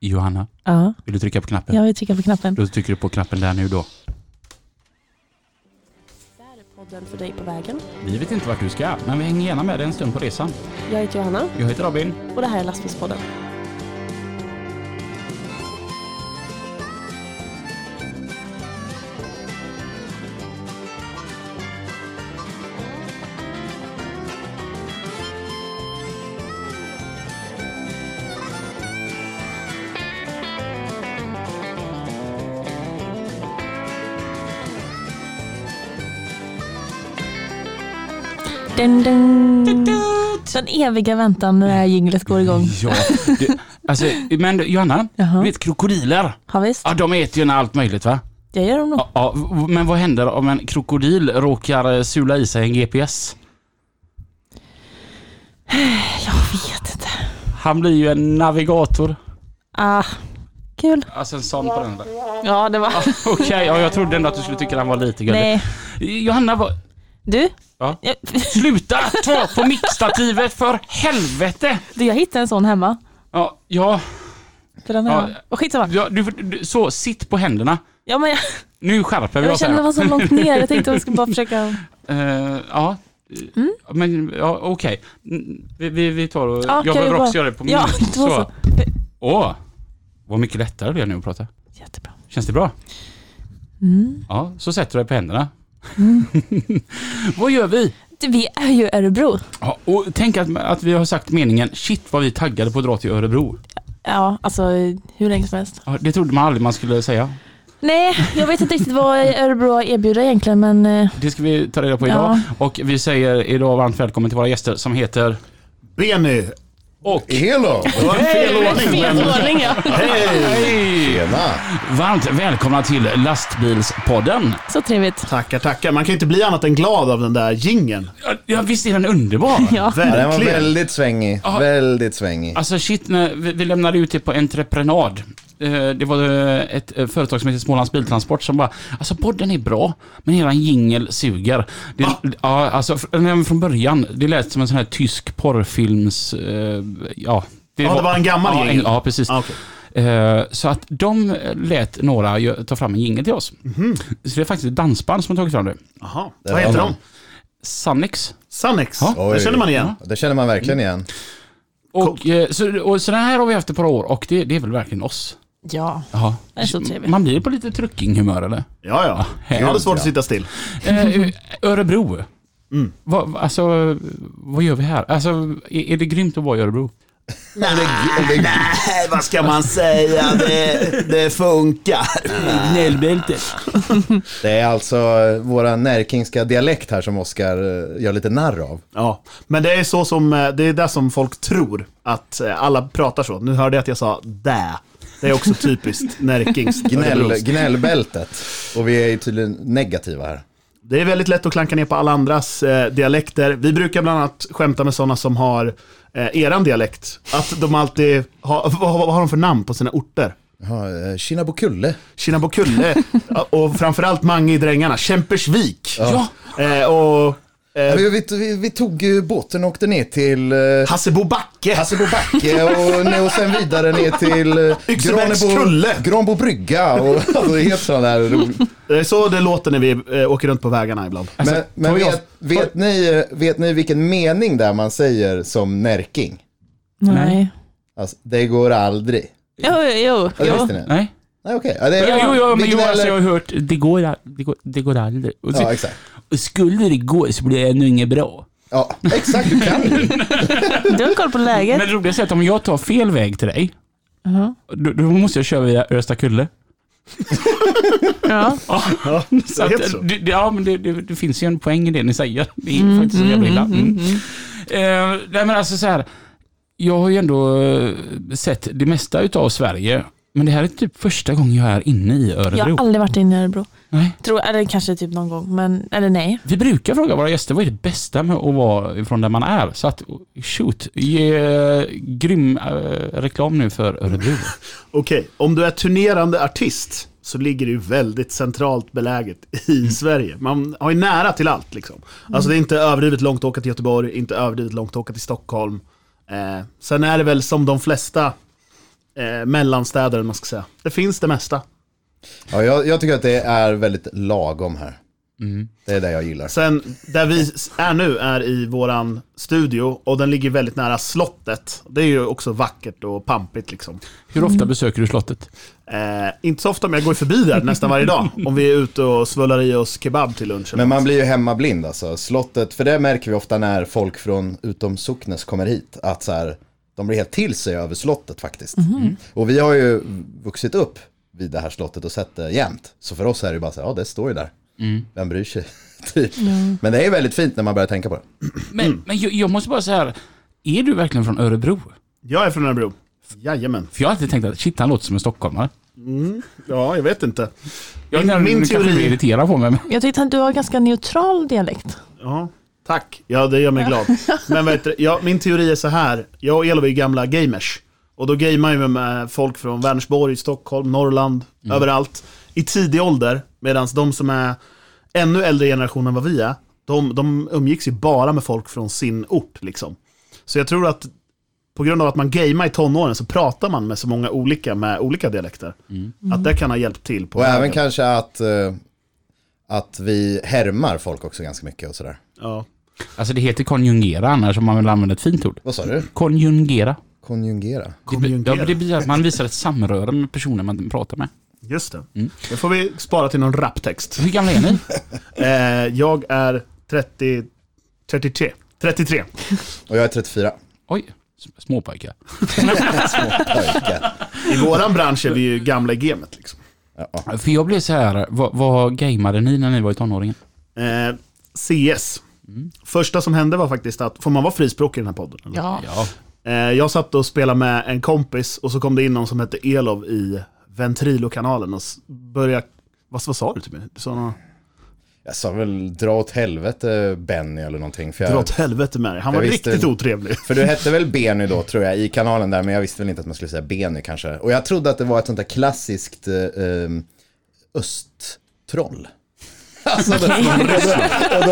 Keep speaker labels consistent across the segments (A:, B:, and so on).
A: Johanna,
B: Ja,
A: vill du trycka på knappen?
B: jag vill trycka på knappen.
A: Då trycker du på knappen där nu då.
C: Det här är podden för dig på vägen.
A: Vi vet inte vart du ska, men vi hänger gärna med dig en stund på resan.
C: Jag heter Johanna
A: Jag heter Robin.
C: och det här är Lastbilspodden.
B: Dun, dun. Den eviga väntan när det här jinglet går igång.
A: Ja, det, alltså, men du, Johanna,
B: Jaha.
A: du vet krokodiler?
B: Ja, visst.
A: Ja, de äter ju allt möjligt va?
B: Jag gör dem nog.
A: Ja, ja, v- men vad händer om en krokodil råkar eh, sula i sig en GPS?
B: Jag vet inte.
A: Han blir ju en navigator.
B: Ah, kul.
A: Alltså en sån på den där.
B: Ja, det var...
A: Okej, ja, jag trodde ändå att du skulle tycka den var lite gullig.
B: Nej.
A: Johanna, vad...
B: Du?
A: Ja.
B: Jag,
A: Sluta ta på mickstativet för helvete!
B: du, jag hittade en sån hemma.
A: Ja, ja,
B: För den här.
A: Ja.
B: Och skitsamma.
A: ja du, du, så sitt på händerna.
B: Ja, men jag,
A: Nu skärper vi
B: jag
A: oss
B: kände det
A: här.
B: var så långt ner. Jag tänkte att jag skulle bara försöka...
A: Eh, ja.
B: Mm.
A: Men ja, okej, Mm, vi, vi, vi tar och...
B: Ja,
A: jag
B: kan
A: behöver
B: jag
A: också
B: bara-
A: göra det på min.
B: Ja, det var så.
A: Åh, vad mycket lättare det blev nu att prata.
B: Jättebra.
A: Känns det bra?
B: Mm.
A: Ja, så sätter du dig på händerna. vad gör vi?
B: Du, vi är ju i Örebro.
A: Ja, och tänk att, att vi har sagt meningen, shit vad vi taggade på att dra till Örebro.
B: Ja, alltså hur länge som helst.
A: Ja, det trodde man aldrig man skulle säga.
B: Nej, jag vet inte riktigt vad Örebro har att erbjuda egentligen, men eh,
A: Det ska vi ta reda på idag. Och vi säger idag varmt välkommen till våra gäster som heter...
D: Benny!
A: Och...
D: Helo! Det var en fel ordning.
C: Fel
D: men-
C: ordning ja.
D: Hej!
A: Hej!
D: Tjena!
A: Varmt välkomna till Lastbilspodden.
B: så trevligt.
E: Tackar, tackar. Man kan ju inte bli annat än glad av den där gingen.
A: Ja, Ja, visst är den underbar?
B: Ja.
D: Ja, den var
E: Verkligen.
D: väldigt svängig.
A: Ja.
D: Väldigt svängig.
A: Alltså shit, när vi, vi lämnade ut det på entreprenad. Eh, Det var eh, ett eh, företag som heter Smålands Biltransport som bara, alltså podden är bra, men eran jingel suger. Det, ja, alltså, f- även från början, det lät som en sån här tysk porrfilms... eh, Ja,
E: Ja, det var en gammal
A: ja, en,
E: jingel.
A: ja, precis.
E: Ah, okej.
A: Eh, Så att de eh, lät några gö- ta fram en jingel till oss. Så det är faktiskt ett dansband som har tagit fram det.
E: Jaha. Vad
D: Där var
E: heter
D: man.
E: de?
A: Sannex.
E: Sannex.
A: Ja.
E: Det känner man igen.
D: Det känner man verkligen igen.
A: Och, eh, så, och så den här har vi haft ett par år och det, det är väl verkligen oss.
B: Ja.
A: Ja.
B: Det är så trevligt.
A: Man blir på lite truckinghumör eller?
E: Ja, ja. Jag hade svårt att sitta still.
A: Eh, Örebro.
D: Mm.
A: Vad, alltså, vad gör vi här? Alltså, är, är det grymt att vara i Örebro?
E: Nej, vad ska man säga? Det, det funkar.
A: Gnällbältet.
D: Det är alltså eh, våra närkingska dialekt här som Oskar eh, gör lite narr av.
E: Ja, men det är så som, eh, det är det som folk tror. Att eh, alla pratar så. Nu hörde jag att jag sa dä. Det är också typiskt Närkings.
D: Gnäll,
E: Örebros.
D: gnällbältet. Och vi är ju tydligen negativa här.
E: Det är väldigt lätt att klanka ner på alla andras eh, dialekter. Vi brukar bland annat skämta med sådana som har eh, eran dialekt. Att de alltid har, vad, vad har de för namn på sina orter?
D: Jaha, eh, Kinnabokulle.
E: Kinnabokulle och framförallt Mange i Drängarna, Kämpersvik.
A: Ja.
E: Eh, och eh,
D: Vi, vi, vi, vi tog eh, båten och åkte ner till eh,
E: Hassebo Backe.
D: Hassebo backe och, ner och sen vidare ner till eh,
E: Yxebäcks kulle.
D: Granbo brygga. Och, alltså, helt sån där rolig.
E: Det är så det låter när vi eh, åker runt på vägarna ibland.
D: Men, men
A: tar vi
D: vet,
A: oss-
D: vet, ni, eh, vet ni vilken mening där man säger som närking?
B: Nej.
D: Alltså, det går aldrig.
B: Jo, jo,
D: Ja,
B: jo.
D: Visste ni?
A: Nej.
D: Nej, okej. Ja, det
A: Jo,
D: är-
A: jo, jo, men
D: vi
A: jo, alltså,
D: gnäller-
A: jag har hört, det går, al- det går, det går aldrig. Och så,
D: Ja, exakt.
A: och skulle det gå så blir jag nog inget bra.
D: Ja, exakt. Du kan ju.
B: Du har koll på läget.
A: Men det roligaste är att om jag tar fel väg till dig,
B: Ja.
A: då, då måste jag köra via Östakulle.
B: Ja.
A: Så att,
E: heter så.
A: Det, det, ja, men det, det, det finns ju en poäng i det ni säger. Det är faktiskt så jävla illa. Mm. Eh, nej, men alltså så här. Jag har ju ändå eh, sett det mesta utav Sverige. Men det här är typ första gången jag är inne i
B: Jag
A: Örebro.
B: har aldrig varit inne i Örebro.
A: nej.
B: Tror, eller kanske typ någon gång, men eller nej.
A: Vi brukar fråga våra gäster vad är det bästa med att vara från där man är. Så att, shoot, ge eh, grym eh, reklam nu för Örebro.
E: Okej, om du är turnerande artist så ligger det ju väldigt centralt beläget
D: Mm.
E: i Sverige. Man har ju nära till allt liksom. Alltså det är inte överdrivet långt att åka till Göteborg, inte överdrivet långt att åka till Stockholm. Eh, sen är det väl som de flesta eh, mellanstäder, eller man ska säga. Det finns det mesta.
D: Ja, jag, jag tycker att det är väldigt lagom här.
A: Mm.
D: Det är det jag gillar.
E: Sen, där vi är nu är i våran studio och den ligger väldigt nära slottet. Det är ju också vackert och pampigt liksom.
A: Hur ofta besöker du slottet?
E: Eh, inte så ofta, men jag går ju förbi där nästan varje dag. Om vi är ute och svullar i oss kebab till lunch. eller
D: Men man
E: något.
D: blir ju hemmablind alltså. Slottet, för det märker vi ofta när folk från utom Socknes kommer hit, att så här, de blir helt till sig över slottet faktiskt. Och vi har ju vuxit upp vid det här slottet och sett det jämt. Så för oss är det ju bara så här, ja det står ju där.
E: Mm.
D: Vem bryr sig? typ. Men det är väldigt fint när man börjar tänka på det.
A: Men, men jag, jag måste bara säga här, är du verkligen från Örebro?
E: Jag är från Örebro. Jajamän.
A: För jag har alltid tänkt att shit, han låter som en stockholmare.
E: Ja, jag vet inte.
A: Jag,
E: min, min
A: kanske blir
E: teori...
A: irriterad på mig. men-
B: Jag tyckte att du har ganska neutral dialekt.
E: Ja, tack. Ja, det gör mig glad. Men vet du, ja, min teori är så här. Jag och Elof är ju gamla gamers. Och då gamear ju med folk från Vänersborg, Stockholm, Norrland, överallt. I tidig ålder, medan de som är ännu äldre generationen än vad vi är, de, de umgicks ju bara med folk från sin ort. Liksom. Så jag tror att på grund av att man gamear i tonåren så pratar man med så många olika med olika dialekter. Att det kan ha hjälpt till. På
D: Och även
E: vägen.
D: kanske att, eh, att vi härmar folk också ganska mycket och sådär.
E: ja.
A: Alltså det heter konjungera annars om man vill använda ett fint ord.
D: Vad sa du?
A: Konjungera.
D: Konjungera.
A: Det, be-
E: Konjungera.
A: ja, det betyder att man visar ett samröre med personer man pratar med.
E: Just det.
D: Mm.
E: Det får vi spara till någon raptext.
A: Hur gamla är ni?
E: Eh, jag är 30, 33. 33.
D: Och jag är 34.
A: Oj, s- småpojkar.
D: Pojkar.
E: I våran bransch är vi ju gamla i gamet. Liksom.
D: Ja.
A: För jag blev så här, vad, vad gameade ni när ni var i tonåringen?
E: Eh, CS.
D: Mm.
E: Första som hände var faktiskt att, får man vara frispråkig i den här podden? eller?
B: Ja.
A: Ja.
E: Eh, jag satt och spelade med en kompis och så kom det in någon som hette Elov i Ventrilokanalen och s- började, vad, vad sa du till mig? Du sa något,
D: Jag sa väl dra åt helvete Benny eller någonting. För
E: dra
D: jag,
E: åt helvete med dig. Han var
D: Jag visste-
E: riktigt otrevlig.
D: För du hette väl Benny då tror jag i kanalen där, men jag visste väl inte att man skulle säga Benny kanske. Och jag trodde att det var ett sånt där klassiskt eh, eh, östtroll. Alltså, det, och,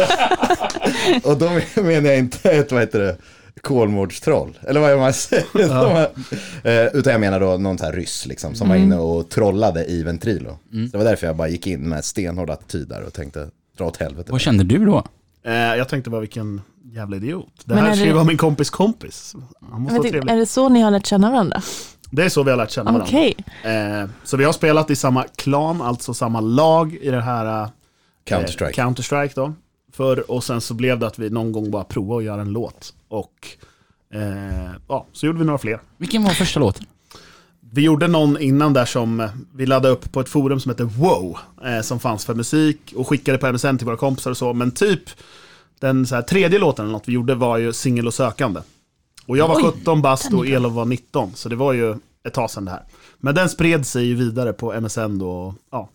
D: då, och då menar jag inte ett, vad heter det, kolmårdstroll. Eller vad är det man säger? Eh, utan jag menar då någon sån här ryss liksom, som var inne och trollade i Ventrilo. Så det var därför jag bara gick in med stenhård attityd där och tänkte dra åt helvete.
A: Vad kände du då?
E: Eh, jag tänkte bara vilken jävla idiot. Det
B: Men
E: här
B: är
E: ska
B: det-
E: ju vara min kompis kompis. Han måste
B: Men
E: vara
B: det,
E: trevlig.
B: är det så ni har lärt känna varandra?
E: Det är så vi har lärt känna varandra.
B: Okej.
E: Eh, så vi har spelat i samma klan, alltså samma lag i det här eh,
D: Counter-Strike.
E: Counter-Strike då. För, och sen så blev det att vi någon gång bara provade att göra en låt. Och eh, ja, så gjorde vi några fler.
A: Vilken var första låten?
E: Vi gjorde någon innan där som eh, vi laddade upp på ett forum som heter Wow. Eh, som fanns för musik och skickade på MSN till våra kompisar och så. Men typ den så här, tredje låten eller något vi gjorde var ju singel och sökande. Och jag var
B: Oj,
E: 17 bast
B: den
E: och
B: är bra.
E: Elof var 19. Så det var ju ett tag sedan det här. Men den spred sig ju vidare på MSN då. och, Ja,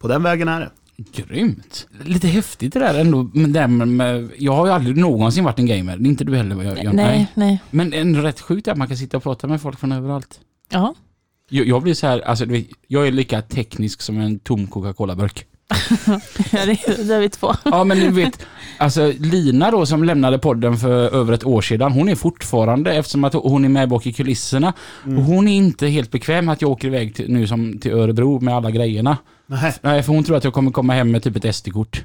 E: på den vägen är det.
A: Grymt. Lite häftigt det där ändå. Men det här med, med, jag har ju aldrig någonsin varit en gamer. Det är inte du heller vad jag
B: Nej,
A: jag-
B: nej, nej.
A: Men ändå rätt sjukt att man kan sitta och prata med folk från överallt.
B: Ja.
A: Jag, jag blir så här, alltså, du vet, jag är lika teknisk som en tom Coca-Cola-burk.
B: Ja, det, det är vi två.
A: Ja men du vet, alltså Lina då som lämnade podden för över ett år sedan, hon är fortfarande, eftersom att hon är med bak i kulisserna, och hon är inte helt bekväm att jag åker iväg till, nu som till Örebro med alla grejerna.
E: Nej.
A: Nej, för hon tror att jag kommer komma hem med typ ett SD-kort.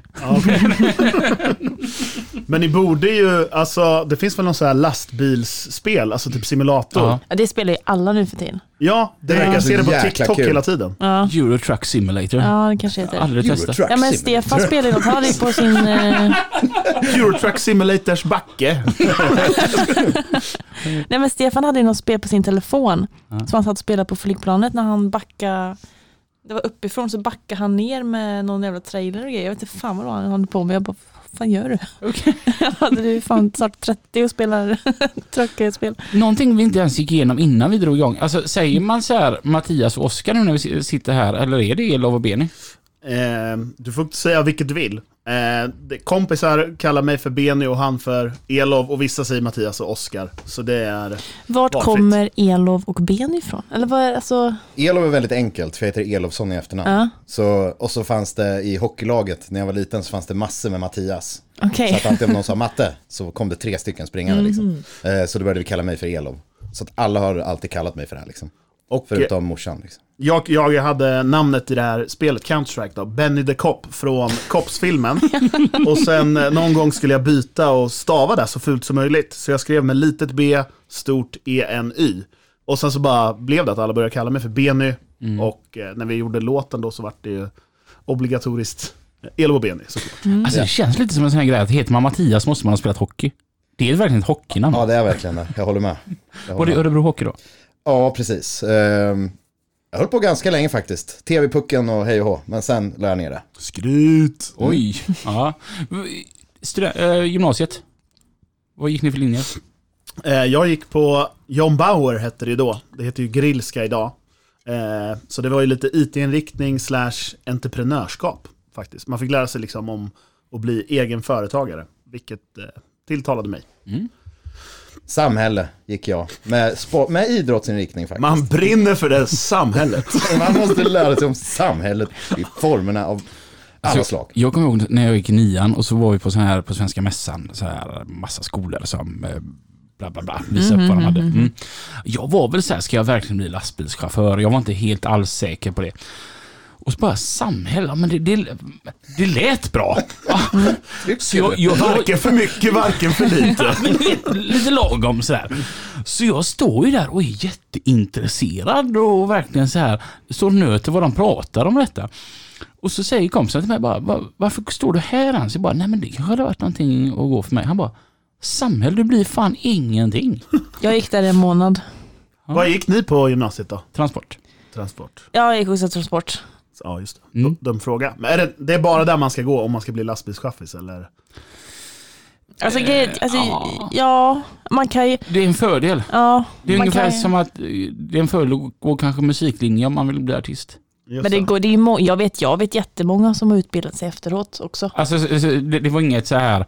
E: Men ni borde ju, alltså det finns väl någon sån här lastbilsspel, alltså typ simulator.
A: Ja.
E: Ja,
B: Ja, Det spelar ju alla nu för tiden.
E: det
D: Det
E: verkar
D: verkar
E: Jag ser
D: så
E: det på
D: jäkla
E: TikTok
D: kul.
E: hela tiden.
B: Ja,
A: Euro Truck Simulator.
B: ja det kanske heter.
A: Aldrig testat.
D: Eurotruck
B: Ja men
D: Simulator.
B: Stefan spelar ju något, han hade ju på sin... Eh,
E: Eurotruck Simulators backe.
B: nej men Stefan hade ju något spel på sin telefon som han satt och spelade på flygplanet när han backade. Det var uppifrån så backade han ner med någon jävla trailer och grejer. Jag vet inte fan vad det var han höll på med. Jag bara, vad fan gör du? hade du är fan snart 30 och spelar truckerspel.
A: Någonting vi inte ens gick igenom innan vi drog igång. Alltså säger man så här Mattias och Oskar nu när vi sitter här, eller är det Elof och Beni?
E: Eh, du får inte säga vilket du vill. Eh, det- kompisar kallar mig för Benny och han för Elov och vissa säger Mattias och Oskar. Så det är...
B: Vart
E: Valfritt.
B: kommer Elov och Ben ifrån? Eller vad är alltså?
D: Elof är väldigt enkelt, för jag heter Elofsson i efternamn.
B: Ja.
D: Så, och så fanns det i hockeylaget, när jag var liten, så fanns det massor med Mattias.
B: Okej. Mm.
D: Så att alltid om någon sa matte, så kom det tre stycken springande. Liksom. Eh, så då började vi kalla mig för Elof. Så att alla har alltid kallat mig för det här. Liksom.
E: Och eh,
D: Förutom morsan. Liksom.
E: jag, jag hade namnet i det här spelet, Counter-Strike då, Benny the Cop från Cops-filmen. och sen eh, någon gång skulle jag byta och stava det så fult som möjligt. Så jag skrev med litet B, stort E-N-Y. Och sen så bara blev det att alla började kalla mig för Benny. Och eh, när vi gjorde låten då så var det ju obligatoriskt Elbo Benny såklart.
D: Mm.
A: Alltså det känns lite som en sån här grej att heter man Mattias måste man ha spelat hockey. Det är verkligen ett hockeynamn.
D: Ja, det är verkligen det. Jag håller med. Jag
A: Var
D: håller
A: det
D: med.
A: Örebro Hockey då?
D: Ja, precis. Ehm, jag höll på ganska länge faktiskt. TV-pucken och hej och hå. Men sen lade jag ner det.
E: Skryt!
A: Oj. Mm. Ja. Stud- eh, gymnasiet? Vad gick ni för linje?
E: Eh, jag gick på John Bauer hette det ju då. Det heter ju Grillska idag. Eh, så det var ju lite IT-inriktning slash entreprenörskap faktiskt. Man fick lära sig liksom om att bli egen företagare, vilket eh, tilltalade mig.
D: Samhälle gick jag. Med, spo- med idrottsinriktning faktiskt.
E: Man brinner för det samhället.
D: Man måste lära sig om samhället i formerna av alla
A: Alltså,
D: slag.
A: Jag kommer ihåg när jag gick i nian och så var vi på sån här på Svenska Mässan, så här massa skolor som eh, bla bla bla, visade upp vad de hade. Mm. Jag var väl så här, ska jag verkligen bli lastbilschaufför? Jag var inte helt alls säker på det. Och så bara samhälle, ja, men det, det, det lät bra. Ja, så jag, jag,
E: Varken för mycket, varken för lite.
A: men du vet, lite lagom sådär. Så jag står ju där och är jätteintresserad och verkligen så här står och nöter vad de pratar om detta. Och så säger kompisen till mig bara, "Va- varför står du här ens? Jag bara, nej men det kanske hade varit någonting att gå för mig. Han bara, samhälle du blir fan ingenting.
B: Jag gick där i en månad.
E: Vad gick ni på gymnasiet då?
A: Transport.
E: Transport.
B: Jag gick också transport.
E: Ja, just det.
A: Mm.
E: Dum fråga. Men är det, det är bara där man ska gå om man ska bli lastbilschaffis eller?
B: Alltså, grejen- alltså
A: Eh, ja.
B: ja, man kan ju...
A: Det är en fördel.
B: Ja,
A: Det är
B: man
A: ungefär
B: kan ju.
A: som att eh, det är en fördel att gå kanske musiklinje om man vill bli artist.
E: Just
B: Men det går, det är ju må- jag, vet, jag vet jättemånga som har utbildat sig efteråt också.
A: Alltså, så- så det, det var inget så här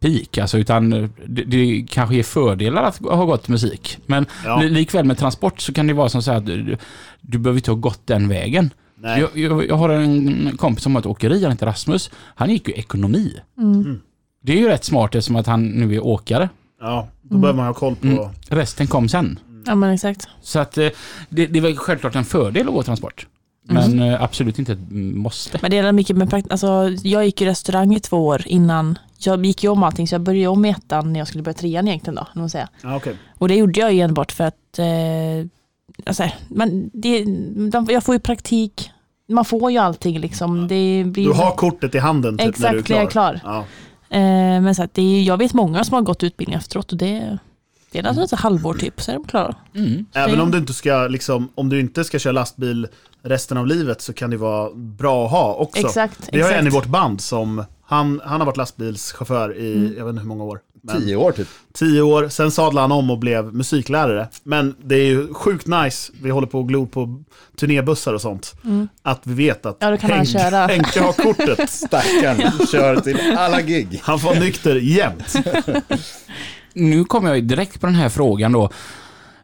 A: peak, alltså, utan det, det kanske är fördelar att ha gått musik. Men
E: Ja.
A: li- likväl med transport så kan det vara som så här att du, du- du behöver inte ha gått den vägen.
E: Nej.
A: Jag, jag, jag har en kompis som har ett åkeri, han heter Rasmus. Han gick ju ekonomi.
E: Mm.
A: Det är ju rätt smart eftersom att han nu är åkare.
E: Ja, då behöver man ha koll på...
A: Mm. Resten kom sen.
B: Ja men exakt.
A: Så att eh, det, det var självklart en fördel att gå transport. Men eh, absolut inte ett måste.
B: Men det är mycket med prakt- alltså, jag gick i restaurang i två år innan. Jag gick ju om allting så jag började om i ettan när jag skulle börja trean egentligen då. kan man säga.
E: Ja, okej.
B: Och det gjorde jag ju enbart för att eh, alltså, man, det, de, jag får ju praktik. Man får ju allting liksom. Det blir,
E: Du har kortet i handen typ, när du är
B: Exakt, när jag är klar.
E: Ja.
B: eh, men så att det är, jag vet många som har gått utbildning efteråt och det, det är alltså ett halvår typ så är de klara.
A: Mm.
E: Även om du, inte ska, liksom, om du inte ska köra lastbil resten av livet så kan det vara bra att ha också.
B: Exakt,
E: Vi har en i
B: exakt.
E: vårt band som, han, han har varit lastbilschaufför i,
B: Mm.
E: jag vet inte hur många år. Men
D: Tio år typ.
E: tio år, sen sadlade han om och blev musiklärare. Men det är ju sjukt nice, vi håller på och glor på turnébussar och sånt. Att vi vet att
B: Mm. Ja, då kan han
E: Henk-
B: köra.
E: Henke har kortet.
D: Stackarn kör till alla gig.
E: Han får nykter jämt.
A: nu kommer jag ju direkt på den här frågan då.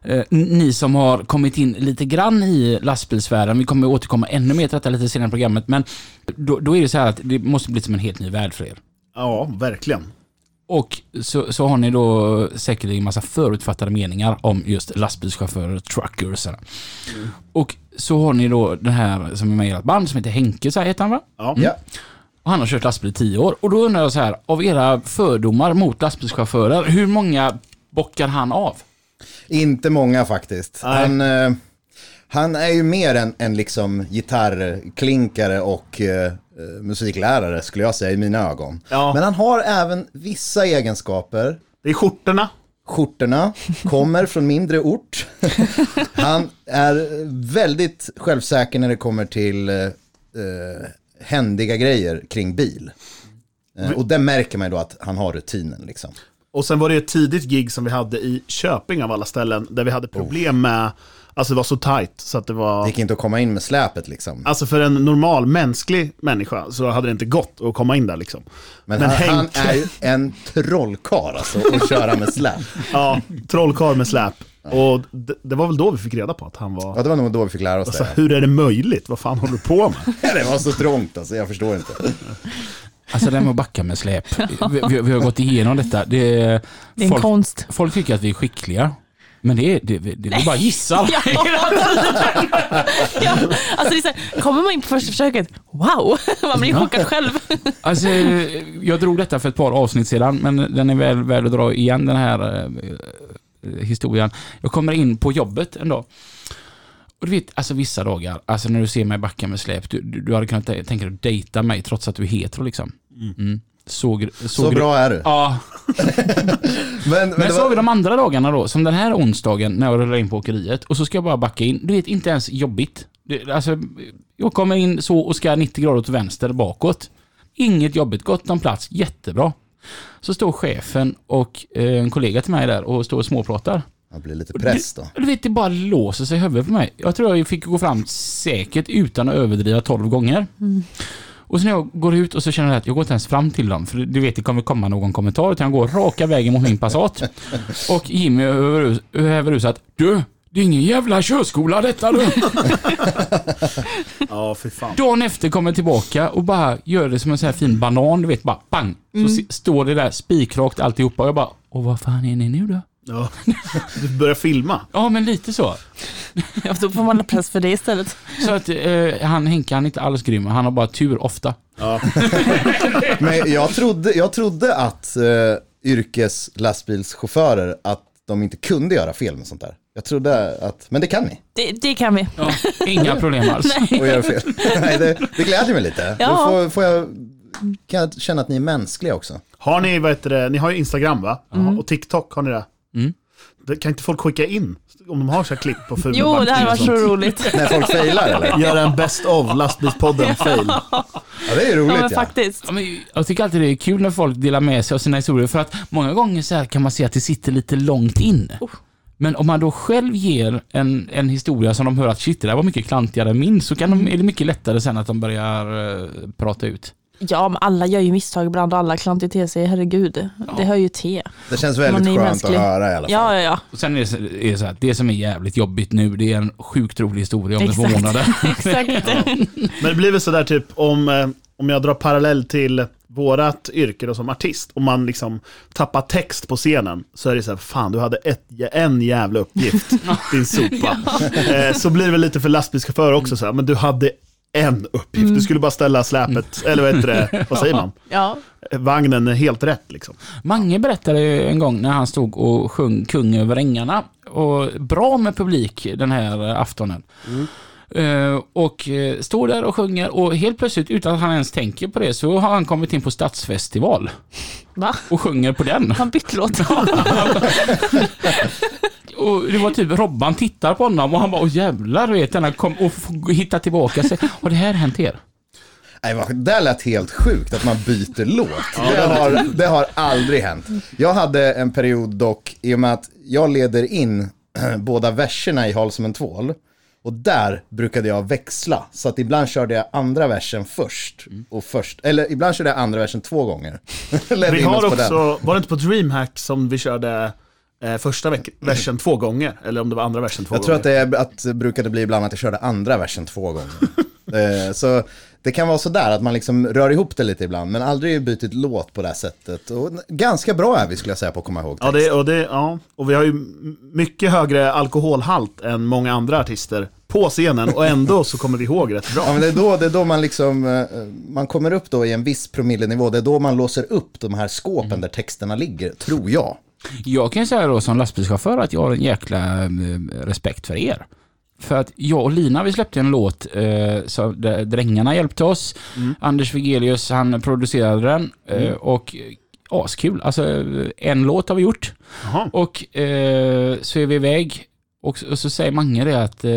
A: Eh, Ni som har kommit in lite grann i lastbilsvärlden, vi kommer återkomma ännu mer till detta lite senare i programmet, men då, då är det så här att det måste bli som en helt ny värld för er.
E: Ja, verkligen.
A: Och så, så har ni då säkerligen massa förutfattade meningar om just lastbilschaufförer, truckers. sådär. Och så har ni då den här som är med i ert band som heter Henke, så här heter han va?
E: Ja.
D: Ja.
A: Och han har kört lastbil i tio år. Och då undrar jag så här, av era fördomar mot lastbilschaufförer, hur många bockar han av?
D: Inte många faktiskt.
E: Nej.
D: Han, eh, han är ju mer en, en liksom gitarrklinkare och eh, eh, musiklärare skulle jag säga i mina ögon.
E: Ja.
D: Men han har även vissa egenskaper.
E: Det är skjortorna.
D: Skjortorna kommer från mindre ort. Han är väldigt självsäker när det kommer till eh, eh, händiga grejer kring bil. Eh, och där märker man ju då att han har rutinen liksom.
E: Och sen var det ett tidigt gig som vi hade i Köping av alla ställen, där vi hade problem med, alltså det var så tajt så att det var...
D: Det gick inte att komma in med släpet liksom.
E: Alltså för en normal mänsklig människa så hade det inte gått att komma in där liksom.
D: Men,
E: Men
D: han, han
E: Henke-
D: är ju en trollkarl alltså att köra med släp.
E: Ja, trollkarl med släp. Och det, det var väl då vi fick reda på att han
D: Ja,
E: var...
D: det var nog då vi fick lära oss
E: Alltså,
D: det.
E: hur är det möjligt? Vad fan håller du på med?
D: Det var så trångt alltså, jag förstår inte.
A: Alltså det här med att backa med släp. Vi, vi, vi har gått igenom detta. Det,
B: Det är en konst.
A: folk tycker att vi är skickliga. Men det är, det, det, det är bara gissar.
B: Ja, ja, alltså det är så här, kommer man in på första försöket, wow, man blir chockad själv.
A: Alltså, jag drog detta för ett par avsnitt sedan, men den är väl värd att dra igen den här eh, historien. Jag kommer in på jobbet en dag. Och du vet, alltså vissa dagar, alltså när du ser mig backa med släp, du, du, du hade kunnat tä- tänka dig att dejta mig trots att du är hetero liksom. Mm. Såg, såg
D: Så
A: du-
D: bra är du.
A: Ja,
D: Men,
A: men
D: det
A: så har
D: var-
A: vi de andra dagarna då, som den här onsdagen när jag rullar in på åkeriet och så ska jag bara backa in. Du vet, inte ens jobbigt. Det, alltså, jag kommer in så och ska 90 grader åt vänster bakåt. Inget jobbigt, gott om plats, jättebra. Så står chefen och eh, en kollega till mig där och står och småpratar.
D: Jag blir lite press då.
A: Du vet, det bara låser sig i huvudet för mig. Jag tror jag fick gå fram säkert utan att överdriva 12 gånger. Och så när jag går ut och så känner jag att jag går inte ens fram till dem, för du vet det kommer komma någon kommentar, utan jag går raka vägen mot min Passat. Och Jimmy över- häver ur sig att du, det är ingen jävla körskola detta du.
E: Ja, för fan.
A: Dagen efter kommer jag tillbaka och bara gör det som en sån här fin banan, du vet bara pang. Så se- står det där spikrakt alltihopa och jag bara, och vad fan är ni nu då?
E: Ja. Du börjar filma.
A: Ja men lite så.
B: Ja, då får man press för det istället.
A: Så att eh, han Henke, han är inte alls grym, han har bara tur ofta.
D: Men jag trodde, jag trodde att eh, yrkeslastbilschaufförer, att de inte kunde göra fel med sånt där. Jag trodde att, men det kan ni,
B: Det, det kan vi.
A: Inga problem alls.
D: och göra fel. Nej, det, det gläder mig lite.
B: Ja.
D: Då får, får jag, kan jag känna att ni är mänskliga också.
E: Har ni, vad heter det, ni har ju Instagram va?
B: Mm.
E: Och TikTok, har ni det? det? Kan inte folk skicka in om de har så här klipp på fula
B: Jo, det här var så roligt.
D: När folk failar eller?
E: Göra en best of lastbilspodden fail.
D: Ja, det är ju
B: Ja,
D: roligt
B: men
D: ja.
B: faktiskt.
A: Ja, men jag tycker alltid det är kul när folk delar med sig av sina historier för att många gånger så här kan man se att det sitter lite långt in. Men om man då själv ger en, en historia som de hör att shit, det där var mycket klantigare än min, så kan de, är det mycket lättare sen att de börjar eh, prata ut.
B: Ja, men alla gör ju misstag ibland och alla klantar till sig, herregud. Det hör ju till.
D: Det känns
B: Man
D: väldigt
B: är ju
D: skönt
B: mänsklig.
D: att höra i alla fall.
B: Ja, ja, ja.
A: Och sen är det, så- är det så här, det som är jävligt jobbigt nu, det är en sjukt rolig historia om ett
B: Exakt.
A: par månader.
B: Exakt.
E: Men det blir väl sådär typ om, eh, om jag drar parallell till vårat yrke då som artist, om man liksom tappar text på scenen så är det så här, fan du hade ett, en jävla uppgift, din sopa. Eh, Så blir det väl lite för lastbilschaufförer också så här, men du hade en uppgift, du skulle bara ställa släpet, eller vad heter det, vad säger man?
B: Ja.
E: Eh, Vagnen är helt rätt liksom.
A: Mange berättade ju en gång när han stod och sjöng Kung över ängarna. Och bra med publik den här eh, aftonen. Eh, och eh, står där och sjunger och helt plötsligt utan att han ens tänker på det så har han kommit in på stadsfestival
B: Va?
A: och sjunger på den.
B: Han bytt låt.
A: Och det var typ Robban tittar på honom och han bara åh jävlar du vet denna kom och f- hitta tillbaka sig. Har det här hänt er?
D: Nej, vad- det där lät helt sjukt att man byter låt. Det har, det har aldrig hänt. Jag hade en period dock, i och med att jag leder in båda verserna i Hal som en tvål. Och där brukade jag växla, så att ibland körde jag andra versen först.
E: Mm.
D: Och först eller ibland körde jag andra versen två gånger. Ledde
E: Vi
D: in oss
E: har
D: på den.
E: också, var det inte på DreamHack som vi körde eh, första veck- versen två gånger? Eller om det var andra versen två
D: Jag tror
E: gånger?
D: att det, är, att det brukade bli ibland att jag körde andra versen två gånger. Eh, Så det kan vara sådär att man liksom rör ihop det lite ibland, men aldrig bytt låt på det här sättet. Och n- ganska bra är vi skulle jag säga på att komma ihåg
E: Ja, det, och, det, ja. och vi har ju m- mycket högre alkoholhalt än många andra artister på scenen och ändå så kommer vi ihåg rätt bra.
D: Ja, men det, är då, det är då man liksom, eh, man kommer upp då i en viss promillenivå, det är då man låser upp de här skåpen
E: Mm.
D: där texterna ligger, tror jag.
A: Jag kan ju säga då som lastbilschaufför att jag har en jäkla eh, respekt för er. För att jag och Lina vi släppte en låt eh, så där Drängarna hjälpte oss. Anders Wigelius han producerade den eh, och eh, askul. Alltså eh, en låt har vi gjort
E: Jaha.
A: och eh, så är vi iväg och, så- och så säger Mange det att eh,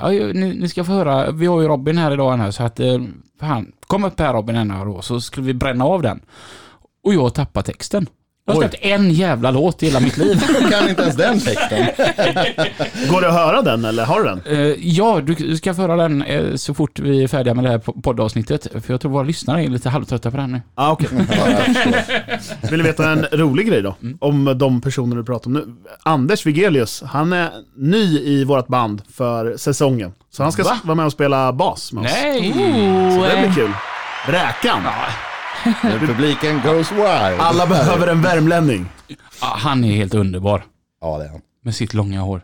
A: ja, ni, ni ska få höra, vi har ju Robin här idag här, så att eh, han, kom upp här Robin här då så skulle vi bränna av den. Och jag tappar texten. Jag har
E: Oj.
A: släppt en jävla låt i hela mitt liv.
D: Jag kan inte ens den texten.
E: Går det att höra den eller har du den?
A: Eh, ja, du du ska föra den eh, så fort vi är färdiga med det här po- poddavsnittet. För jag tror våra lyssnare är lite halvtrötta på det här nu.
E: Ah, okay.
D: Mm,
E: Vill du veta en rolig grej då? Om de personer du pratar om nu. Anders Wigelius, han är ny i vårt band för säsongen. Så han ska s- vara med och spela bas med oss.
A: Nej!
E: Så det blir kul. Räkan.
D: Publiken goes wild.
E: Alla behöver en värmlänning.
A: Ah, han är helt underbar.
D: Ja, det är han.
A: Med sitt långa hår.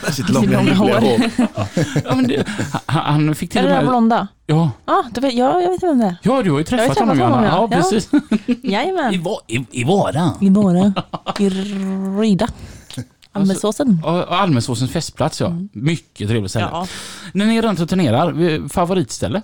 E: Med sitt
B: långa,
E: långa
B: hår.
E: hår.
A: Ja, men det, han, han fick
B: Är
A: till
B: det
A: och
B: den där
A: med...
B: blonda?
A: Ja,
B: Ja, det vet, ja, jag vet vem det är.
A: ja, du har ju träffat,
B: träffat
A: honom,
B: honom,
A: Johanna.
B: ja.
A: Ja,
B: Ja.
A: precis.
B: Jajamän.
A: va- i, i vara.
B: I bara i Ryda. Alltså- Almesåsen.
A: Ja, Almesåsens festplats ja. Mycket trevligt ställe. När ni är runt och turnerar, eh, favoritställe?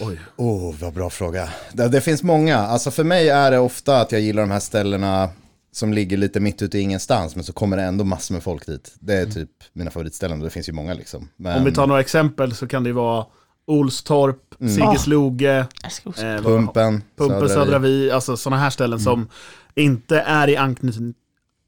E: Oj.
D: Oh, vad bra fråga. Det, det finns många. Alltså för mig är det ofta att jag gillar de här ställena som ligger lite mitt ute i ingenstans, men så kommer det ändå massor med folk dit. Det är typ mina favoritställen, och det finns ju många liksom. Men
E: Mm. Om vi tar några exempel så kan det ju vara Olstorp, Siggesloge,
B: Jag ska också-
E: eh, vad-
D: Pumpen,
E: Pumpen, Södra
D: Vi.
E: Vi, alltså sådana här ställen som inte är i anknytning,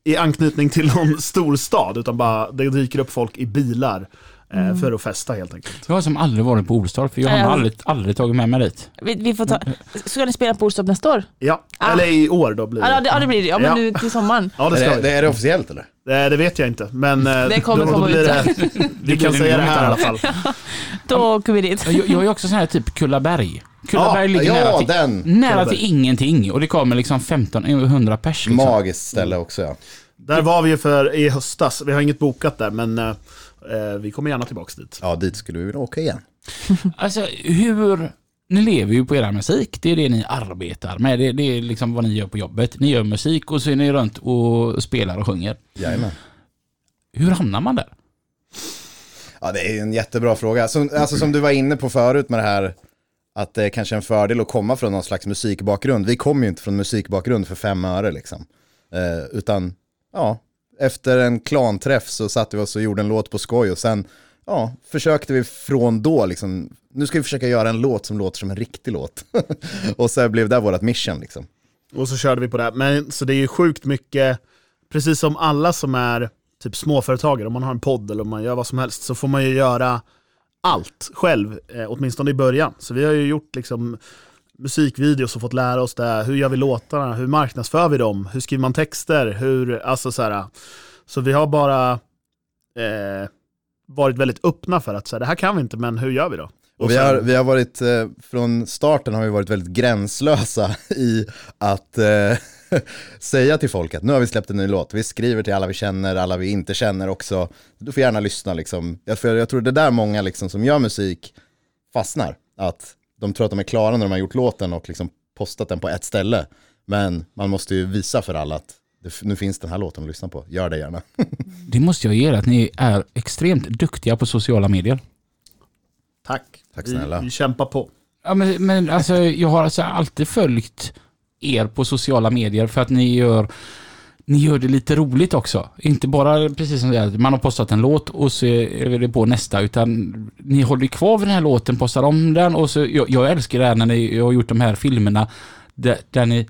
E: i anknytning till någon storstad, utan bara det dyker upp folk i bilar eh, för att festa helt enkelt.
A: Jag har som aldrig varit på Olstorp, för Johanna har
B: Äh.
A: aldrig, aldrig tagit med mig dit.
B: Vi, vi får ta... Ska ni spela på Orstopp nästa år?
E: Ja,
B: Ah.
E: eller i år då blir
B: Ja,
E: det.
B: det, ja, det blir det. Ja, men
E: Ja.
B: nu till sommaren.
E: Ja, det
D: Är
E: ska
D: det,
E: vi.
D: det, är det officiellt eller?
E: Det, det vet jag inte, men eh,
B: Det kommer
E: då,
B: komma
E: då blir
B: ut.
E: det, vi kan
A: blir
E: säga
A: en
E: det här i alla
A: domino.
E: fall.
B: Då åker vi dit.
A: Jag, jag är också sån här typ Kullaberg. Kullaberg ligger nära,
D: Ah, Ja,
A: till,
D: den!
A: nära
E: Kullaberg.
A: till ingenting och det kommer liksom 1500 pers. Liksom.
D: Magiskt ställe också ja.
E: Där var vi ju för i höstas, vi har inget bokat där, men eh, eh, vi kommer gärna tillbaka dit.
D: Ja, dit skulle vi vilja åka igen.
E: Mm.
A: Alltså hur... Ni lever ju på er musik, det är det ni arbetar med. Det, det är liksom vad ni gör på jobbet. Ni gör musik och så är ni runt och spelar och sjunger.
D: Jajamän.
A: Hur hamnar man där?
D: Ja, det är en jättebra fråga. Som, alltså, som du var inne på förut med det här, att det är kanske är en fördel att komma från någon slags musikbakgrund. Vi kommer ju inte från musikbakgrund för fem öre liksom. Eh, utan, ja, efter en klanträff så satte vi oss och gjorde en låt på skoj och sen, ja, försökte vi från då liksom, nu ska vi försöka göra en låt som låter som en riktig låt. och så blev det vårt mission liksom.
E: Och så körde vi på det. här. Men, så det är ju sjukt mycket, precis som alla som är typ småföretagare, om man har en podd eller om man gör vad som helst, så får man ju göra allt själv, eh, åtminstone i början. Så vi har ju gjort liksom musikvideos och fått lära oss det. här. Hur gör vi låtarna? Hur marknadsför vi dem? Hur skriver man texter? Hur, alltså så, här, så vi har bara eh, varit väldigt öppna för att så här, det här kan vi inte, men hur gör vi då?
D: Och vi
E: sen-
D: har, vi har varit, eh, från starten har vi varit väldigt gränslösa i att eh, säga till folk att nu har vi släppt en ny låt, vi skriver till alla vi känner, alla vi inte känner också. Du får gärna lyssna liksom. Jag, för jag tror det är där många liksom, som gör musik fastnar, att de tror att de är klara när de har gjort låten och liksom postat den på ett ställe. Men man måste ju visa för alla att det, f- nu finns den här låten att lyssna på, gör det gärna.
A: Det måste jag ge er, att ni är extremt duktiga på sociala medier.
E: Tack.
D: Tack snälla.
E: vi, vi kämpar på.
A: Ja, men, men alltså, jag har alltså alltid följt er på sociala medier för att ni gör, ni gör det lite roligt också. Inte bara precis som det är, att man har postat en låt och så är det på nästa, utan ni håller kvar vid den här låten, postar om den och så, jag, jag älskar det här när ni har gjort de här filmerna där, där ni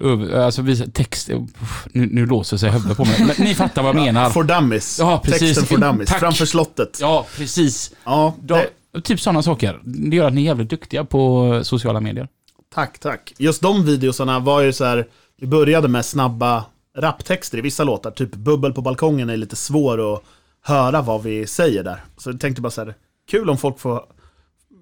A: över- Alltså visar text, uff, nu, nu låser sig huvudet på mig. Men ni fattar vad jag menar.
E: For dummies.
A: Ja, precis.
E: Texten for dummies.
A: Tack.
E: Framför slottet. Ja,
A: Ja, precis. De,
E: det,
A: Typ sådana saker. Det gör att ni är jävligt duktiga på eh, sociala medier.
E: tack, tack. Just de videosarna var ju så här, vi började med snabba raptexter i vissa låtar. Typ Bubbel på balkongen är lite svår att höra vad vi säger där. Så jag tänkte bara så här, kul om folk får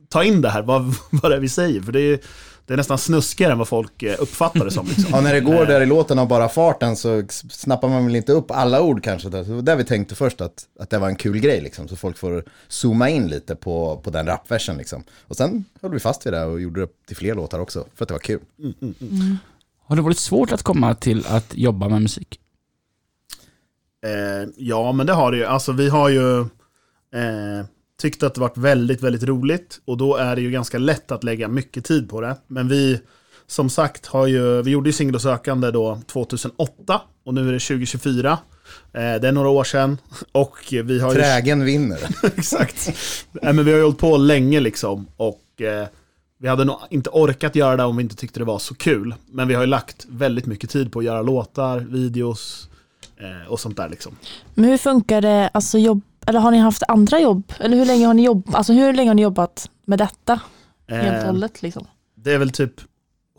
E: ta in det här, vad, vad det är vi säger. För det är, det är nästan snuskigare än vad folk eh, uppfattar det som. Liksom.
D: Ja, när det går där i låten av bara farten så snappar man väl inte upp alla ord kanske. Det var där vi tänkte först att, att det var en kul grej liksom. Så folk får zooma in lite på, på den rapversen liksom. Och sen höll vi fast vid det och gjorde det till fler låtar också. För att det var kul.
A: Har det varit svårt att komma till att jobba med musik?
E: Eh, ja, men det har det ju. Alltså vi har ju eh, tyckt att det varit väldigt, väldigt roligt. Och då är det ju ganska lätt att lägga mycket tid på det. Men vi, som sagt, har ju, vi gjorde ju Singel och sökande då 2008 och nu är det 2024. Eh, det är några år sedan. Och vi har ju...
D: Trägen vinner.
E: Exakt. Nej, men vi har ju hållit på länge liksom. Och eh, vi hade nog inte orkat göra det om vi inte tyckte det var så kul. Men vi har ju lagt väldigt mycket tid på att göra låtar, videos eh, och sånt där liksom.
B: Men hur funkar det, alltså jobb, eller har ni haft andra jobb? Eller hur länge har ni, jobb, alltså hur länge har ni jobbat med detta helt
D: Ehm,
B: och
E: Eh,
B: hållet? Liksom?
E: Det är väl typ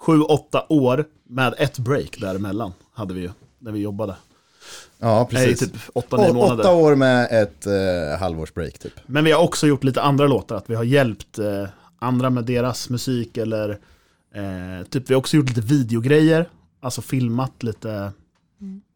E: 7-8 år med ett break däremellan hade vi ju när vi jobbade.
D: Ja,
E: Nej,
D: precis.
E: typ 8-9
D: Å-
E: månader.
D: åtta år med ett eh, halvårsbreak typ.
E: Men vi har också gjort lite andra låtar, att vi har hjälpt eh, andra med deras musik eller eh, typ vi har också gjort lite videogrejer, alltså filmat lite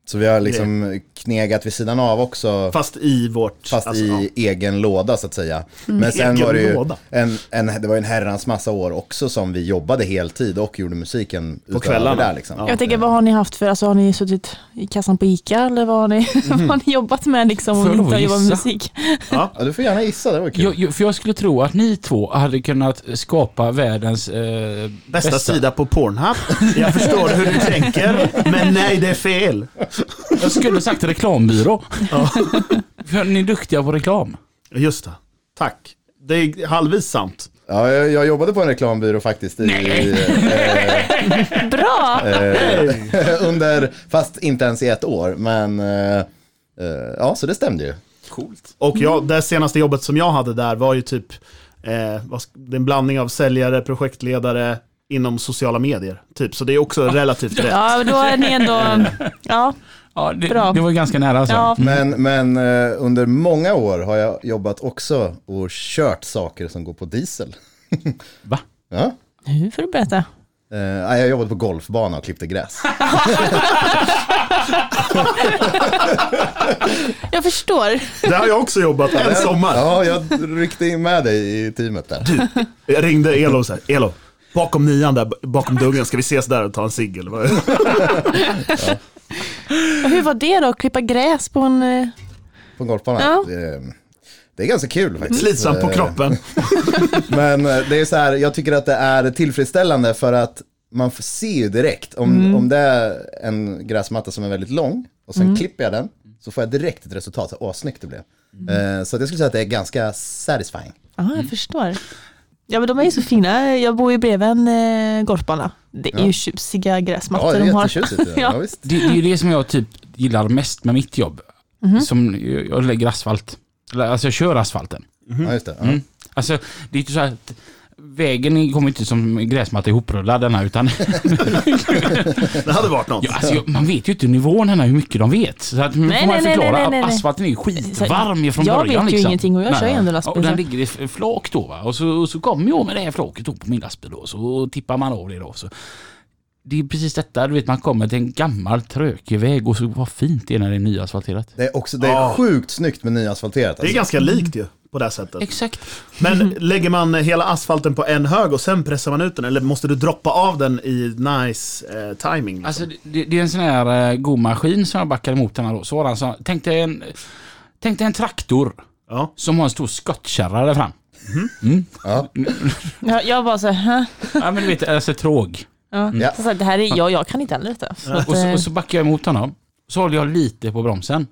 D: Så vi har liksom knegat vid sidan av också.
E: Fast i vårt...
D: Fast
E: alltså, ja. Mm.
D: i egen låda så att säga. Men sen
E: Egen
D: var det ju
E: låda.
D: en, en, det var ju en herrans massa år också som vi jobbade heltid och gjorde musiken utöver
E: kvällarna.
D: där liksom.
E: Ja.
B: Jag tänker, vad har ni haft för, alltså har ni suttit i kassan på ICA eller vad har ni, vad har ni jobbat med liksom
A: Får
B: om
A: jag
B: ni
A: lov
B: inte
A: att
B: har jobbat med
A: gissa?
B: musik?
D: Ja, du får gärna gissa, det var kul.
A: Jag, jag, för jag skulle tro att ni två hade kunnat skapa världens eh,
E: Bästa, sida på Pornhub. Jag förstår hur du tänker, men nej det är fel.
A: Jag skulle sagt reklambyrå. För ni är duktiga på reklam.
E: Just det. Tack. Det är halvvis sant.
D: Ja, jag, jag jobbade på en reklambyrå faktiskt i, i,
B: Bra!
D: eh, under, fast inte ens i ett år, men eh, eh, ja, så det stämde ju.
E: Och jag, det senaste jobbet som jag hade där var ju typ eh, vad, sk- det är en blandning av säljare, projektledare inom sociala medier. Typ. Så det är också relativt rätt.
B: Ja, då är ni
D: Ehm,
B: ändå, ja,
A: Ja, det,
B: Bra.
A: det var ganska nära alltså.
E: Mm.
B: ja.
D: Men, men eh, under många år har jag jobbat också och kört saker som går på diesel.
A: Va?
D: Ja.
B: Nu får du berätta.
D: Eh, nej, jag jobbade på golfbana och klippte gräs.
B: Jag förstår.
E: Det har jag också jobbat en sommar.
D: Ja, jag ryckte in med dig i teamet där.
E: Jag ringde Elo och sa, Elo, bakom nian där, b- bakom dungen, ska vi ses där och ta en cigg eller vad?"
B: Ja, Hur var det då, att klippa gräs på en... eh,
D: På en golfbana.
B: Ja.
D: Det, det är ganska kul faktiskt.
E: Slitsamt på
D: Eh,
E: kroppen.
D: Men eh, det är så här, jag tycker att det är tillfredsställande för att man får se ju direkt. Om, om det är en gräsmatta som är väldigt lång och sen klipper jag den så får jag direkt ett resultat. Så, här, Åh, snyggt det blev. Eh, Så att jag skulle säga att det är ganska satisfying.
B: Ja, jag
D: Mm.
B: förstår. Ja, men de är ju så fina. Jag bor ju bredvid en eh, golfbana. Det är ju tjusiga gräsmattor
D: Ja, det är
B: de har.
D: jättetjusigt. ja.
B: Ja.
D: Ja, visst.
A: Det, det är ju det som jag typ gillar mest med mitt jobb. Som, jag jag lägger asfalt. Eller, Alltså jag kör asfalten.
D: Ja, just det. Ja.
A: Alltså det är ju så här att vägen kommer inte som gräsmatta ihoprullad denna utan
E: Det hade varit något.
A: ja, alltså, jag, man vet ju inte nivån här hur mycket de vet. Så att, nej,
B: Nej,
A: får man
B: nej, nej,
A: förklara
B: nej, nej,
A: att
B: nej.
A: asfalten är ju skitvarm ifrån
B: jag
A: början.
B: vet ju
A: liksom.
B: ingenting och jag
A: Nej.
B: kör ju ändå
A: Ja, Och den
B: lastbil.
A: ligger i f- flak då va? Och så, och så kommer jag med det här flaket då på min lastbil då, så tippar man av det då. Så. Det är precis detta, du vet man kommer till en gammal trökig väg och så vad fint det är när det är nyasfalterat.
D: Det är också det är
E: Ja.
D: sjukt snyggt med nyasfalterat.
E: Det är
D: Alltså.
E: ganska likt ju, på det här sättet.
A: Exakt.
E: Men lägger man hela asfalten på en hög och sen pressar man ut den, eller måste du droppa av den i nice eh, timing? Liksom?
A: Alltså det, det är en sån här eh, god maskin som jag backade emot henne då. Så var han så, tänk dig en, tänk dig en traktor
E: ja.
A: som har en stor skottkärra där fram.
D: Ja.
B: Ja, jag bara så här, "Hä?"
A: Ja men du vet, alltså tråg.
B: ja.
D: Ja.
B: Så, så här, det här är jag, jag kan inte heller detta. Så att,
A: Och så,
B: eh,
A: och så backar jag emot honom. Så håller jag lite på bromsen.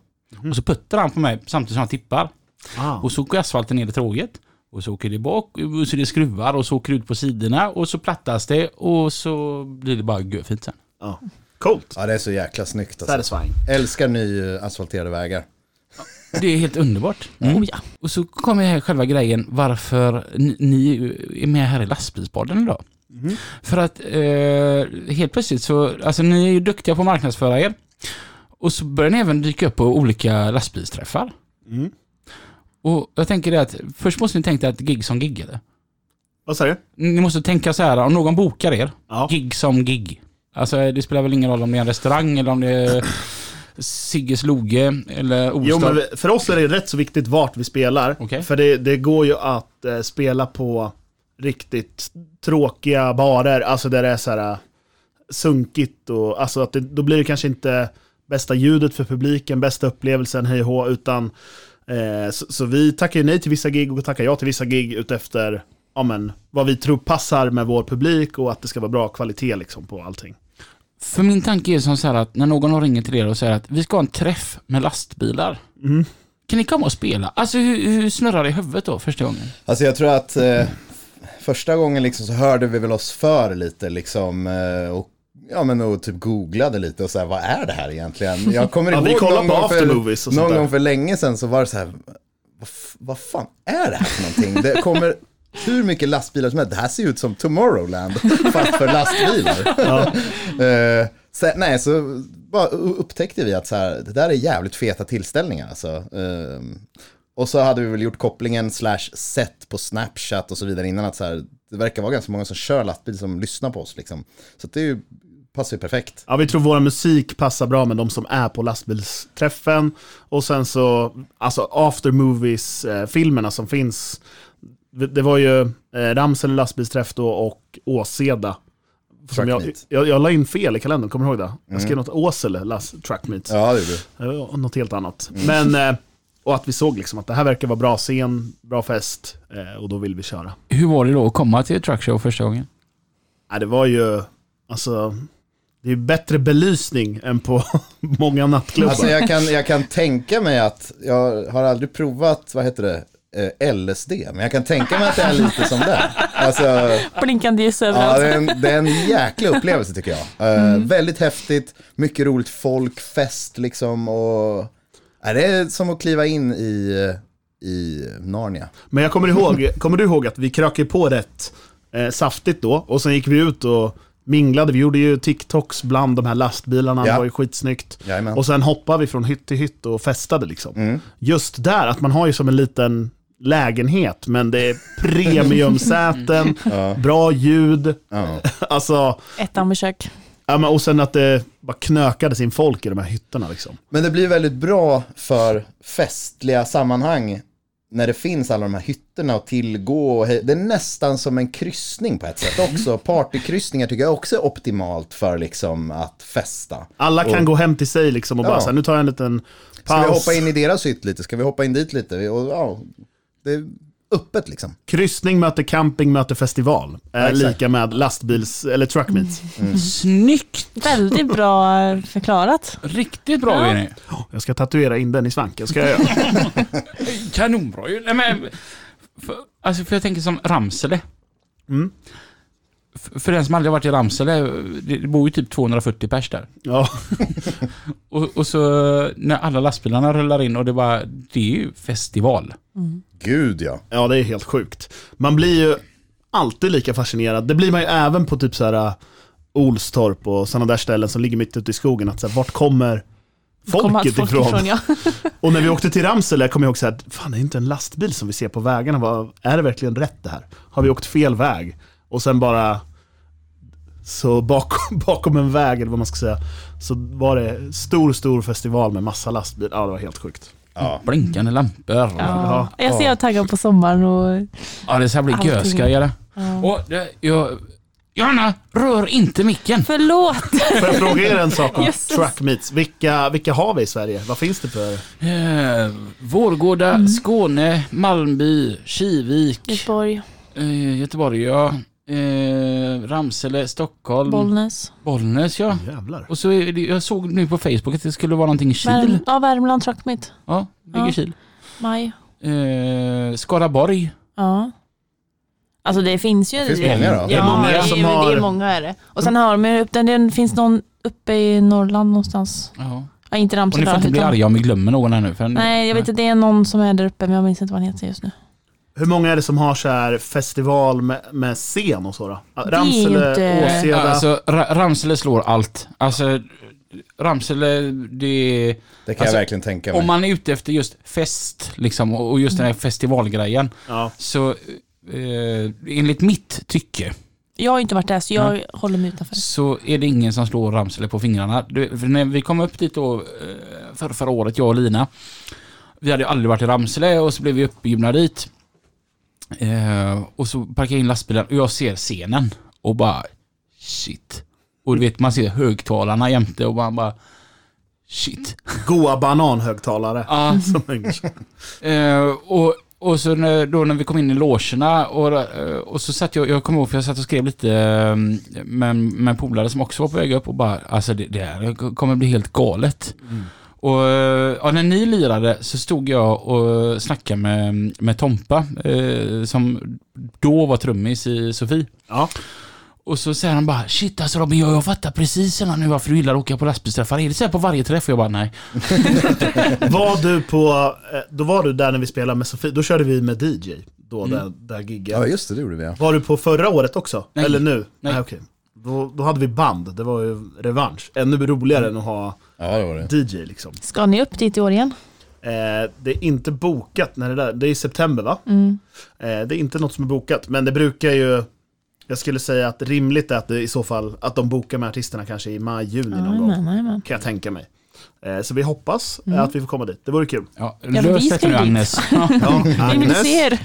A: Och så puttar han på mig samtidigt som han tippar.
E: Ah.
A: Och så åker asfalten ner i tråget. Och så åker det bak, och så är det skruvar och så åker det ut på sidorna och så plattas det och så blir det bara göfint sen.
E: Ja. Coolt.
D: ja, det är så jäkla snyggt. Alltså.
E: Satisfying.
D: Älskar nyasfalterade vägar.
A: Det är helt underbart. Mm.
B: oh, ja.
A: Och så kommer här själva grejen varför ni, ni är med här i lastbilspodden idag.
E: Mhm.
A: För att eh, helt plötsligt så, alltså ni är ju duktiga på att marknadsföra er. Och så börjar ni även dyka upp på olika lastbilsträffar.
E: Mhm.
A: Och jag tänker det att först måste ni tänka att gig som gig eller?
E: Vad säger du?
A: Ni måste tänka så här, om någon bokar er,
E: Ja.
A: gig som gig. Alltså det spelar väl ingen roll om det är en restaurang eller om det är Sigges Loge eller Ostad.
E: Jo, men vi- för oss är det rätt så viktigt vart vi spelar.
A: Okej.
E: För det, det går ju att eh, spela på riktigt tråkiga barer, alltså där det är så här eh, sunkigt och alltså att det, då blir det kanske inte bästa ljudet för publiken, bästa upplevelsen, hej och hå, utan eh, så, så vi tackar ju nej till vissa gig och tackar ja till vissa gig utefter ja, men, vad vi tror passar med vår publik och att det ska vara bra kvalitet liksom på allting.
A: För min tanke är som så här att när någon har ringer till er och säger att vi ska ha en träff med lastbilar. Kan ni komma och spela? Alltså hur, hur snurrar det i huvudet då första gången?
D: Alltså jag tror att eh, första gången liksom så hörde vi väl oss för lite liksom eh, och Ja men och typ googlade lite och så här, vad är det här egentligen? Jag kommer
E: Ja,
D: ihåg
E: vi kollar
D: någon,
E: på
D: gång för,
E: aftermovies och sånt
D: någon
E: där.
D: gång för länge sedan så var det så här, vad, f- vad fan är det här för någonting? Det kommer hur mycket lastbilar som helst, det här ser ut som Tomorrowland fast för lastbilar. Eh, så, nej, så bara u- upptäckte vi att så här, det där är jävligt feta tillställningar alltså. Ehm, och så hade vi väl gjort kopplingen slash sett på Snapchat och så vidare innan att så här, det verkar vara ganska många som kör lastbil som lyssnar på oss liksom. Så att det är ju passar ju perfekt.
E: Ja, vi tror vår musik passar bra med de som är på lastbilsträffen. Och sen så, alltså after movies-filmerna som finns. Det var ju eh, Ramsel lastbilsträff då och Åseda. Som jag,
D: Truckmeet.
E: jag, jag la in fel i kalendern, kommer du ihåg det? Jag skrev något Åsele last, track meet.
D: Mm. Ja, Mm. det gjorde du.
E: Eh, Något helt annat. Men, eh, och att vi såg liksom att det här verkar vara bra scen, bra fest eh, och då vill vi köra.
A: Hur var det då att komma till Truckshow första gången?
E: Nej, det var ju, alltså, det är bättre belysning än på många nattklubbar.
D: Alltså jag kan, jag kan tänka mig att, jag har aldrig provat, vad heter det, eh, LSD, men jag kan tänka mig att det är lite som det. Alltså,
B: Blinkande ljus
D: ja,
B: överallt.
D: det, är en, det är en jäkla upplevelse tycker jag. Eh, Väldigt häftigt, mycket roligt folk, fest liksom och ja, det är som att kliva in i, eh, i Narnia.
E: Men jag kommer ihåg, kommer du ihåg att vi krökade på rätt eh, saftigt då och sen gick vi ut och minglade. Vi gjorde ju TikToks bland de här lastbilarna,
D: Ja.
E: det var ju skitsnyggt.
D: Jajamän. Mm.
E: Och sen hoppade vi från hytt till hytt och festade liksom. Just där, att man har ju som en liten lägenhet, men det är premiumsäten, bra ljud,
D: Ja.
E: alltså,
B: Ettan besök.
E: ja, men, och sen att det bara knökade sin folk i de här hytterna liksom.
D: Men det blir väldigt bra för festliga sammanhang när det finns alla de här hytterna att tillgå. och hej- Det är nästan som en kryssning på ett sätt också. Partykryssningar tycker jag också är optimalt för liksom att festa.
E: Alla kan gå hem till sig liksom och bara
D: Ja.
E: så här, nu tar jag en liten paus.
D: Ska vi hoppa in i deras hytt lite? Ska vi hoppa in dit lite? Vi- Och, ja, det är öppet liksom.
E: Kryssning möter camping möter festival. Är
D: exakt.
E: lika med lastbils eller truckmeets.
A: Snyggt!
B: Väldigt bra eh, förklarat.
A: Riktigt bra
B: Ja.
A: Benny.
E: Jag ska tatuera in den i svanken. Ska jag göra.
A: Kanonbra ju. Nej, men, för, alltså, för jag tänker som Ramsele.
E: Mm.
A: F- För den som aldrig har varit i Ramsele, det det bor ju typ 240 pers där.
E: Ja.
A: Och, och så när alla lastbilarna rullar in och det bara, det är ju festival.
D: Gud ja.
E: ja, det är helt sjukt. Man blir ju alltid lika fascinerad. Det blir man ju även på typ så här äh, Olstorp och sådana där ställen som ligger mitt ute i skogen. Att så här, vart kommer
B: Komma att
E: folket
B: folk
E: ifrån?
B: ifrån, ja.
E: Och när vi åkte till Ramsele kom jag ihåg så här, fan det är inte en lastbil som vi ser på vägarna. Vad- Är det verkligen rätt det här? Har vi åkt fel väg? Och sen bara, så bakom, bakom en väg eller vad man ska säga, så var det stor, stor festival med massa lastbilar. Ja, det var helt sjukt.
D: ja.
A: Blinkande lampor. Ja,
B: ja. Jag ser jag taggad på sommaren och
A: det ska bli
B: Allting.
A: göska eller? Och det, jag, Johanna, rör inte micken.
B: förlåt.
E: Får jag fråga er en sak om
B: Jösses.
E: truck meets? Vilka, vilka har vi i Sverige? Vad finns det för?
A: Eh, Vårgårda,
B: Mm.
A: Skåne, Malmby, Kivik,
B: Göteborg,
A: eh, Göteborg ja. Eh, Ramsele, Stockholm,
B: Bollnäs,
A: Bollnäs ja.
E: Jävlar.
A: Och så är det, jag såg nu på Facebook att det skulle vara någonting i Kil.
B: Värm ja, Värmland, Truckmit,
A: Ja, ligger i
B: Ja.
A: Kil.
B: Maj.
A: Eh, Skaraborg.
B: Ja. Alltså det finns ju...
D: Det finns många då.
E: Det är många
B: Ja, det är,
E: som
B: som har... det
E: har-
B: är många är det. Och sen har de ju upp den, den finns någon uppe i Norrland någonstans.
A: Ja.
B: Ja, inte
A: Och ni
B: Ramsel
A: får inte bli
B: utan-
A: arga om vi glömmer någon här nu. För
B: Nej, jag vet inte, det är någon som är där uppe men jag minns inte vad han heter just nu.
E: Hur många är det som har så här festival med, med scen och så då? Ramsele,
B: inte-
E: Åseda?
A: Alltså, Ra- Ramsele slår allt. Alltså, Ramsele, det är...
D: Det kan
A: Alltså,
D: jag verkligen tänka mig.
A: Om man är ute efter just fest, liksom, och och just den här festivalgrejen,
E: ja.
A: så eh, enligt mitt tycke
B: Jag har inte varit där så jag håller mig utanför.
A: så är det ingen som slår Ramsele på fingrarna. Du, för när vi kom upp dit då, eh, för, förra året, jag och Lina, vi hade ju aldrig varit i Ramsele och så blev vi uppbjudna dit. Eh, och så parkerar jag in lastbilen och jag ser scenen och bara shit. Och du vet man ser högtalarna jämte och man bara shit.
E: Goa bananhögtalare.
A: Ja,
E: Som hänger.
A: Eh, och, och så när, då när vi kom in i logerna och, eh, och så satt jag, jag kommer ihåg för jag satt och skrev lite eh, med, med polare som också var på väg upp och bara, alltså det, det här kommer bli helt galet. Och eh, ja, när ni lirade så stod jag och snackade med, med Tompa eh, som då var trummis i Sofie.
E: Ja.
A: Och så säger han bara shit alltså Robin jag, jag fattar precis innan nu varför du gillar att åka på lastbilsträffar. Är det så här på varje träff? Och jag bara nej.
E: Var du på, eh, då var du där när vi spelade med Sofie, då körde vi med DJ, då där, där gigget.
D: Ja just det, det gjorde vi ja.
E: Var du på förra året också?
A: Nej.
E: Eller nu?
A: Nej.
E: okej. Då, då hade vi band, det var ju revansch. Ännu roligare än att ha
D: Ja det var det.
E: DJ liksom.
B: Ska ni upp dit i år igen?
E: Eh, det är inte
B: Mm.
E: bokat när det där, det är i september va? Eh, det är inte något som är bokat, men det brukar ju Jag skulle säga att rimligt är att det i så fall att de bokar med artisterna kanske i maj, juni någon gång.
B: Jajamän, Mm. jajamän.
E: Kan jag tänka mig. Eh, Så vi hoppas eh, att vi får komma dit. Det vore kul.
A: Ja,
B: men vi
A: lös
B: ska
A: detta nu
B: ju
A: Agnes.
B: dit.
A: Ja.
E: Ja,
B: Vi vill
E: Agnes.
B: se er.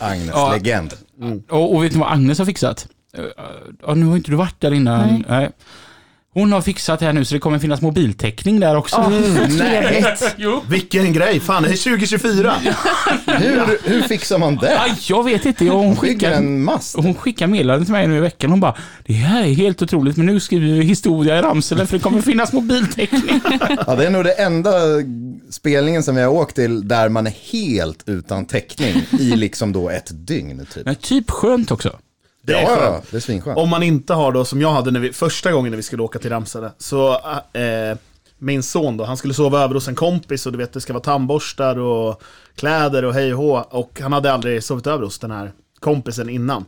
D: Agnes,
A: Ja.
D: legend.
A: Och, och vet ni vad Agnes har fixat? Eh, Ja, nu har inte du varit där innan.
B: Nej.
A: Hon har fixat här nu så det kommer finnas mobiltäckning där också.
D: Nej,
A: Jo.
E: Mm, Vilken grej, fan det är 2024.
D: hur, hur fixar man det?
A: Aj, jag vet inte. Jag, hon
D: Bygger
A: skickar
D: en mast?
A: hon skickar meddelanden till mig nu i veckan. Hon bara, det här är helt otroligt men nu skriver vi historia i Ramsele för det kommer finnas mobiltäckning.
D: Ja, det är nog det enda spelningen som jag har åkt till där man är helt utan täckning i liksom då ett dygn typ.
A: Nej, typ skönt också.
E: Det är
D: ja,
E: skönt.
D: ja, det är svinskönt.
E: Om man inte har då, som jag hade när vi, första gången när vi skulle åka till Ramsele, så eh, min son då, han skulle sova över hos en kompis och du vet det ska vara tandborstar och kläder och hej och hå. Och han hade aldrig sovit över hos den här kompisen innan.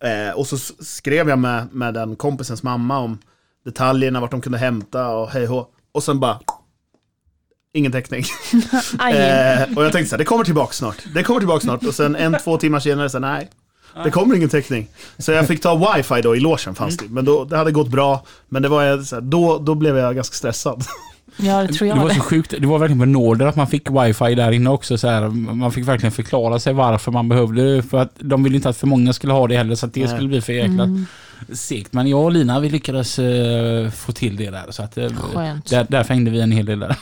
E: Eh, och så s- skrev jag med, med den kompisens mamma om detaljerna, vart de kunde hämta och hej och hå. Och sen bara, ingen täckning.
B: Aj.
E: Eh, och jag tänkte så här, det kommer tillbaka snart. Det kommer tillbaka snart. Och sen en, två timmar senare, så här, nej. Det kommer ingen täckning. Så jag fick ta wifi då, i logen fanns det. Men då, det hade gått bra. Men det var, jag så här, då, då blev jag ganska stressad.
B: Ja, det tror
A: Det
B: jag.
A: var
B: det.
A: så sjukt. Det var verkligen med nåder att man fick wifi där inne också. Så här. Man fick verkligen förklara sig varför man behövde det. För att de ville inte att för många skulle ha det heller så att det
E: Nej.
A: skulle bli för jäkla
B: Mm.
A: segt. Men jag och Lina vi lyckades eh, få till det där. Så att, eh,
B: Skönt.
A: där, därför hängde vi en hel del där.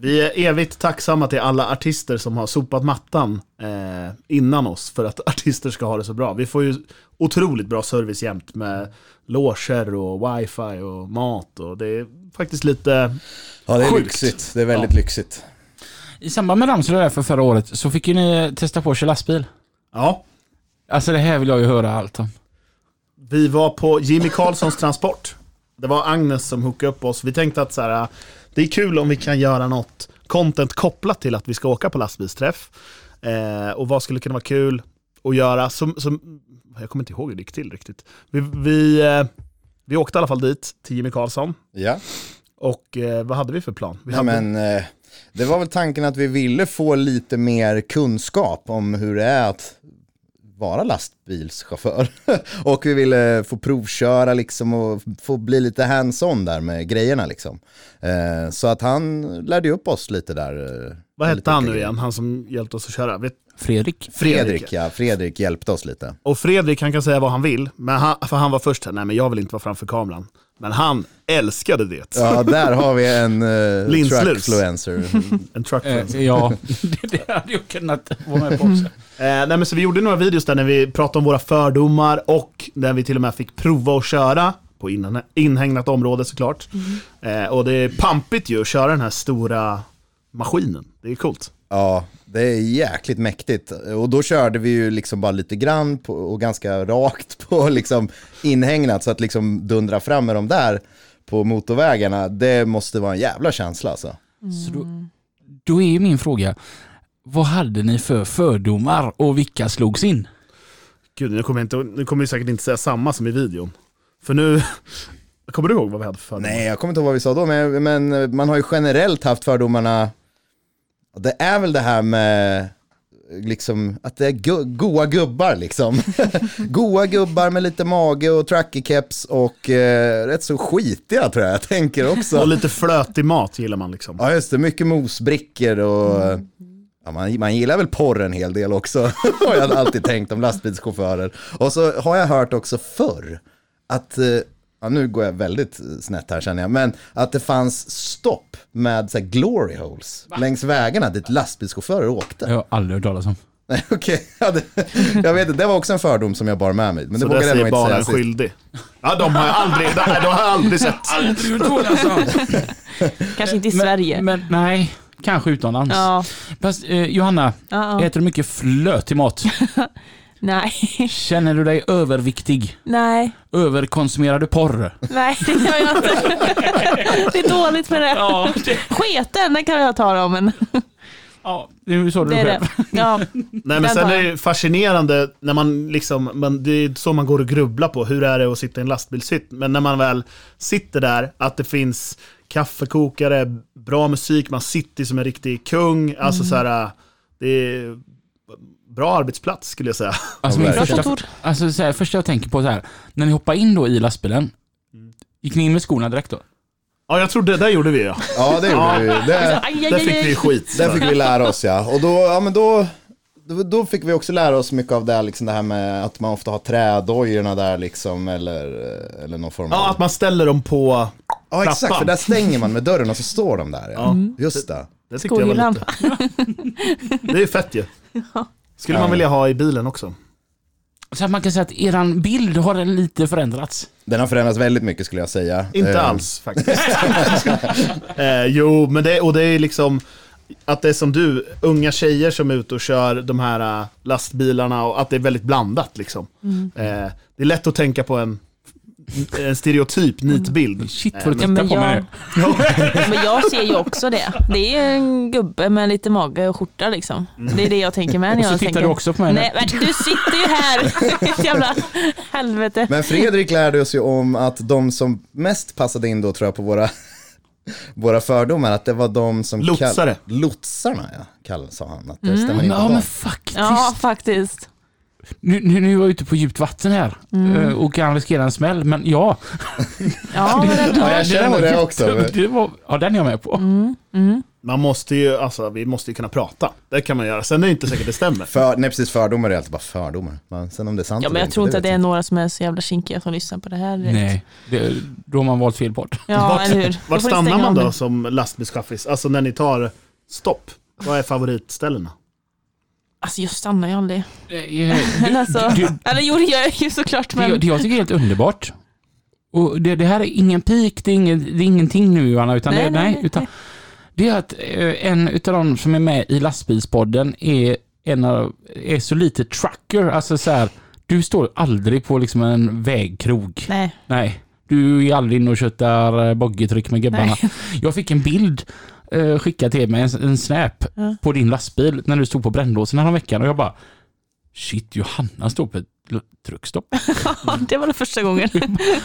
E: Vi är evigt tacksamma till alla artister som har sopat mattan eh, innan oss för att artister ska ha det så bra. Vi får ju otroligt bra service jämt med loger och wifi och mat. Och det är faktiskt lite...
D: Ja, det är
E: Sjukt.
D: lyxigt. Det är väldigt lyxigt.
A: I samband med Ramsele där för förra året så fick ju ni testa på att köra lastbil.
E: Ja,
A: Alltså det här vill jag ju höra allt om.
E: Vi var på Jimmy Karlssons transport. Det var Agnes som hookade upp oss. Vi tänkte att så här, det är kul om vi kan göra något content kopplat till att vi ska åka på lastbilsträff. Eh, och vad skulle kunna vara kul att göra? Som, som, jag kommer inte ihåg hur det gick till riktigt. Vi, vi, eh, vi åkte i alla fall dit, till Jimmy Karlsson.
D: Ja.
E: Och eh, vad hade vi för plan? Vi
D: Ja,
E: hade,
D: men, eh, det var väl tanken att vi ville få lite mer kunskap om hur det är att vara lastbilschaufför. och vi ville få provköra liksom och få bli lite hands-on där med grejerna liksom. Eh, så att han lärde ju upp oss lite där. eh,
E: vad
D: lite
E: hette han
D: olika
E: nu
D: grejer.
E: igen, han som hjälpte oss att köra? Vet,
A: Fredrik.
D: Fredrik, ja. Fredrik hjälpte oss lite.
E: Och Fredrik han kan säga vad han vill, men han, för han var först här, nej men jag vill inte vara framför kameran. Men han älskade det.
D: Ja, där har vi en eh,
E: Linslus.
D: truckfluencer.
E: En truck friend.
A: Eh, ja, det, det hade jag kunnat vara med på också.
E: Eh, nej, men så vi gjorde några videos där när vi pratade om våra fördomar och där vi till och med fick prova att köra på innan, inhägnat område såklart. Eh, och det är pampigt ju att köra den här stora maskinen. Det är coolt.
D: Ja, det är jäkligt mäktigt. Och då körde vi ju liksom bara lite grann på, och ganska rakt på liksom inhägnat. Så att liksom dundra fram med de där på motorvägarna, det måste vara en jävla känsla alltså.
A: Så då,
B: Mm.
A: då är ju min fråga, vad hade ni för fördomar och vilka slogs in?
E: Gud, nu kommer jag, inte, nu kommer jag säkert inte säga samma som i videon. För nu, kommer du ihåg vad vi hade för fördomar?
D: Nej, jag kommer inte ihåg vad vi sa då, men, men man har ju generellt haft fördomarna, det är väl det här med liksom att det är gu- goa gubbar liksom. goa gubbar med lite mage och truckiekeps och eh, rätt så skitiga tror jag, jag tänker också.
E: Och lite flötig mat gillar man liksom.
D: Ja just det, mycket mosbrickor och ja, man, man gillar väl porr en hel del också. har jag alltid tänkt om lastbilschaufförer. Och så har jag hört också förr att, eh, ja, nu går jag väldigt eh, snett här känner jag, men att det fanns stopp med så här, glory holes längs vägarna dit lastbilschaufförer åkte.
A: Jag har aldrig hört talas om.
D: Nej, Okej, ja, det, jag vet inte, det var också en fördom som jag bar med mig. Men det
E: Så
D: vågar
E: det
D: jag
E: säger
D: nog inte
E: bara
D: säga
E: en
D: sist.
E: skyldig. Ja, de har jag aldrig, nej, de har jag aldrig sett.
A: Aldrig hört talas om!
B: Kanske inte i Sverige.
A: Men nej, kanske utomlands.
B: Ja,
A: Fast eh, Johanna,
B: ja, ja.
A: äter du mycket flöt i mat?
B: Nej,
A: Känner du dig överviktig?
B: nej,
A: Överkonsumerar du porr?
B: nej, det gör jag inte. Det är dåligt med det.
A: Ja, det,
B: Sketen, den kan jag ta om, men
A: ja, nu sa du
B: det
A: det
B: är
A: själv.
B: det. Ja,
E: Nej men
B: Den
E: sen
B: tar
E: är
B: jag.
E: det ju fascinerande när man liksom, men det är så man går och grubblar på, hur är det att sitta i en lastbilshytt? Men när man väl sitter där, att det finns kaffekokare,
D: Mm.
E: bra musik, man sitter som en riktig kung, alltså så här, det är bra arbetsplats skulle jag säga.
A: Alltså,
D: Ja,
A: min
D: verkligen.
A: första, alltså så här, första jag tänker på så här, när ni hoppar in då i lastbilen, gick ni in med skorna direkt då?
E: Ja, jag tror det där gjorde vi ja.
D: Ja, det gjorde vi ju. Det,
B: Aj, aj,
E: Där
B: aj,
E: fick vi
B: aj.
E: skit.
D: där fick vi lära oss ja. Och då, ja, men då, då, då fick vi också lära oss mycket av det, här, liksom det här med att man ofta har trädojorna där liksom, eller, eller någon form av...
E: Ja, att man ställer dem på...
D: Ja exakt,
E: Trappan.
D: för där stänger man med dörren och så står de där. Ja.
E: Ja. Mm.
D: Just det.
E: Det tyckte jag var
B: Skohyllan.
E: lite... Det är fett ju. Skulle man
D: Ja.
E: vilja ha i bilen också.
A: Så att man kan säga att eran bild har lite förändrats.
D: Den har förändrats väldigt mycket skulle jag säga.
E: Inte
D: Eh,
E: alls faktiskt. eh, jo, men det, och det är liksom att det är som du, unga tjejer som är ute och kör de här eh, lastbilarna och att det är väldigt blandat liksom.
B: Mm.
E: Eh, det är lätt att tänka på en, en stereotyp nitbild.
A: Shit vad du
B: Ja,
A: tittar
B: men,
A: på mig.
B: jag, men jag ser ju också det. Det är en gubbe med lite mage och skjorta liksom. Det är det jag tänker med när
A: Mm. Och så
B: jag
A: tittar
B: tänker.
A: du också på mig nu.
B: Nej, men du sitter ju här. Jävla helvete.
D: Men Fredrik lärde oss ju om att de som mest passade in då tror jag på våra, våra fördomar, att det var de som... kall-
E: Lotsare. Mm.
D: Lotsarna ja, kall, sa han. Att det stämmer in på
A: Ja
D: dem.
A: men faktiskt.
B: Ja, faktiskt.
A: Nu, nu, nu är jag ute på djupt vatten här
B: Mm.
A: eh, och kan riskera en smäll, men ja.
B: Ja, men ändå.
D: Ja, jag känner det också.
A: Det var, ja, den är jag med på.
B: Mm.
E: Man måste ju, alltså vi måste ju kunna prata. Det kan man göra. Sen är det inte säkert det stämmer.
D: För, nej precis, fördomar är alltid bara fördomar. Men sen om det är sant
B: Ja,
D: eller
B: men jag tror inte att
D: vet
B: det är några som är så jävla kinkiga som lyssnar på det här direkt.
A: Nej, det, då har man valt fel podd.
B: Ja,
E: Vart-
B: eller hur. Då
E: Vart
B: får ni
E: stannar
B: stänga
E: man
B: av
E: då
B: nu.
E: som lastbilschaffis? Alltså när ni tar stopp. Vad är favoritställena?
B: Alltså jag stannar ju aldrig.
A: Eh,
B: Men alltså,
A: du-
B: eller jo det gör jag ju såklart
A: Det,
B: men
A: det jag tycker är helt underbart. Och det, det här är ingen peak, det är, ingen, det är ingenting nu Johanna, utan,
B: Nej,
A: det,
B: nej,
A: nej,
B: nej.
A: utan det är att eh, en utav de som är med i lastbilspodden är, en av, är så lite trucker, alltså så här, du står aldrig på liksom en vägkrog.
B: nej.
A: Nej, du är aldrig inne och köttar eh, boggetryck med gubbarna.
B: Nej.
A: Jag fick en bild eh, skickad till mig, en, en snap
B: Ja.
A: på din lastbil när du stod på brännlåsen häromveckan och jag bara Shit, Johanna står på ett l- truckstopp.
B: det var den första gången.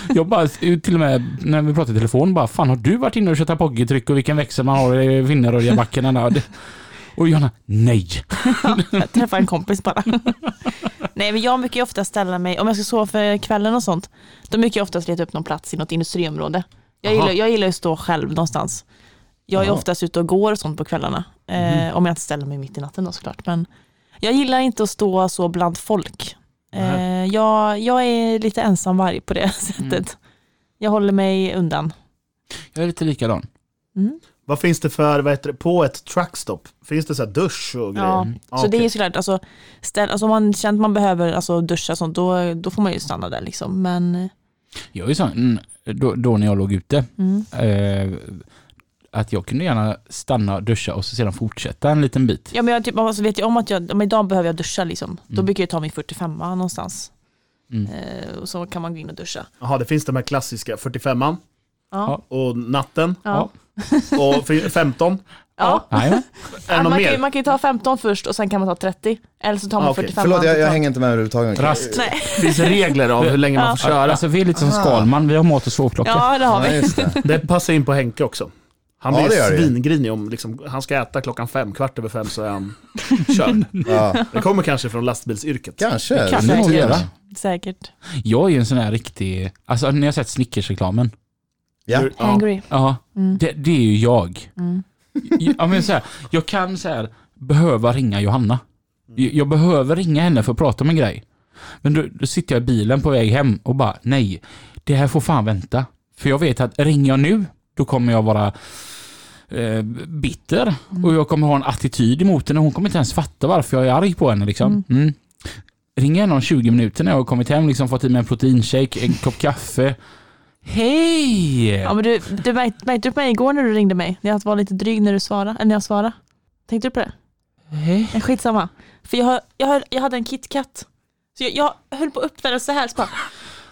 A: Jag bara, eh, till och med när vi pratade i telefon, bara fan har du varit inne och köttat poggetryck och vilken växel man har i Vinnerödjabacken? eller nåt?" Och Johanna, nej.
B: Jag träffade en kompis bara. Nej men jag brukar ju ofta ställa mig, om jag ska sova för kvällen och sånt, då brukar jag oftast leta upp någon plats i något industriområde. Jag
A: Aha.
B: gillar, jag gillar ju att stå själv någonstans. Jag är
D: Aha.
B: oftast ute och går och sånt på kvällarna. Eh, om jag inte ställer mig mitt i natten då såklart. Men jag gillar inte att stå så bland folk. Eh, jag, jag är lite ensamvarg på det sättet. Jag håller mig undan. Mm.
A: Jag är lite likadan.
E: Vad finns det för, vad heter det, på ett truckstop? Finns det så här dusch och grejer? Mm.
B: Ja,
E: Ja,
B: så det är
E: okej.
B: ju såklart, alltså, ställ, alltså om man känner att man behöver alltså, duscha och sånt, då, då får man ju stanna där liksom. Men
A: Jag är sån, mm, då, då när jag låg ute,
B: mm.
A: eh, att jag kunde gärna stanna, duscha och så sedan fortsätta en liten bit.
B: Ja men jag typ, alltså vet jag om att jag, om idag behöver jag duscha liksom, då
A: Mm.
B: brukar jag ta min 45 någonstans.
A: Mm.
B: Eh, och så kan man gå in och duscha.
E: Jaha, det finns de här klassiska 45an
B: Ja.
E: och natten
B: Ja.
E: och fi- 15.
B: Ja.
A: Nej,
E: Är det någon
B: man, kan, ju-
E: mer?
B: man kan ju ta 15 först och sen kan man ta 30. Eller så tar man
E: Ah, okej.
B: 45
D: Förlåt, jag, jag
B: totalt.
D: hänger inte med överhuvudtaget.
A: rast.
B: Nej.
E: Det finns regler av hur länge man får köra.
A: Alltså vi är lite som Skalman, vi har mat och sovklocka.
B: Ja det har
D: Ja,
B: vi.
D: just det.
E: Det passar in på Henke också. Han
D: Ja,
E: blir
D: det gör det ju.
E: svingrinig om liksom, han ska äta klockan fem, kvart över fem så är han körd.
D: Ja,
E: Det kommer kanske från lastbilsyrket.
D: kanske.
A: Det kan
D: Nu
A: det nog
D: till och
A: göra.
D: med.
B: Säkert.
A: Jag är ju en sån här riktig, alltså ni har sett Snickers-reklamen.
D: Ja.
E: Ja.
B: Angry.
A: Ja,
B: Mm.
A: det, det är ju jag.
B: Mm.
A: Ja, men så här, jag kan så här, behöva ringa Johanna. Jag, jag behöver ringa henne för att prata om en grej. Men då, då sitter jag i bilen på väg hem och bara, nej, det här får fan vänta. För jag vet att ringer jag nu, då kommer jag vara eh, bitter
B: Mm.
A: och jag kommer ha en attityd emot henne. Hon kommer inte ens fatta varför jag är arg på henne. Liksom. Mm. Ringer jag någon 20 minuter när jag har kommit hem, liksom, fått i mig en proteinshake, en kopp kaffe. Hej!
B: Ja, men du, du märkte, märkte du på mig igår när du ringde mig? När jag var lite dryg när du svarade. Eller när jag svarade. Tänkte du på det?
A: Hej.
B: Nej, Skitsamma. För jag, hör- jag, hör- jag hade en KitKat. Så jag, jag höll på att öppna den så här. Så bara,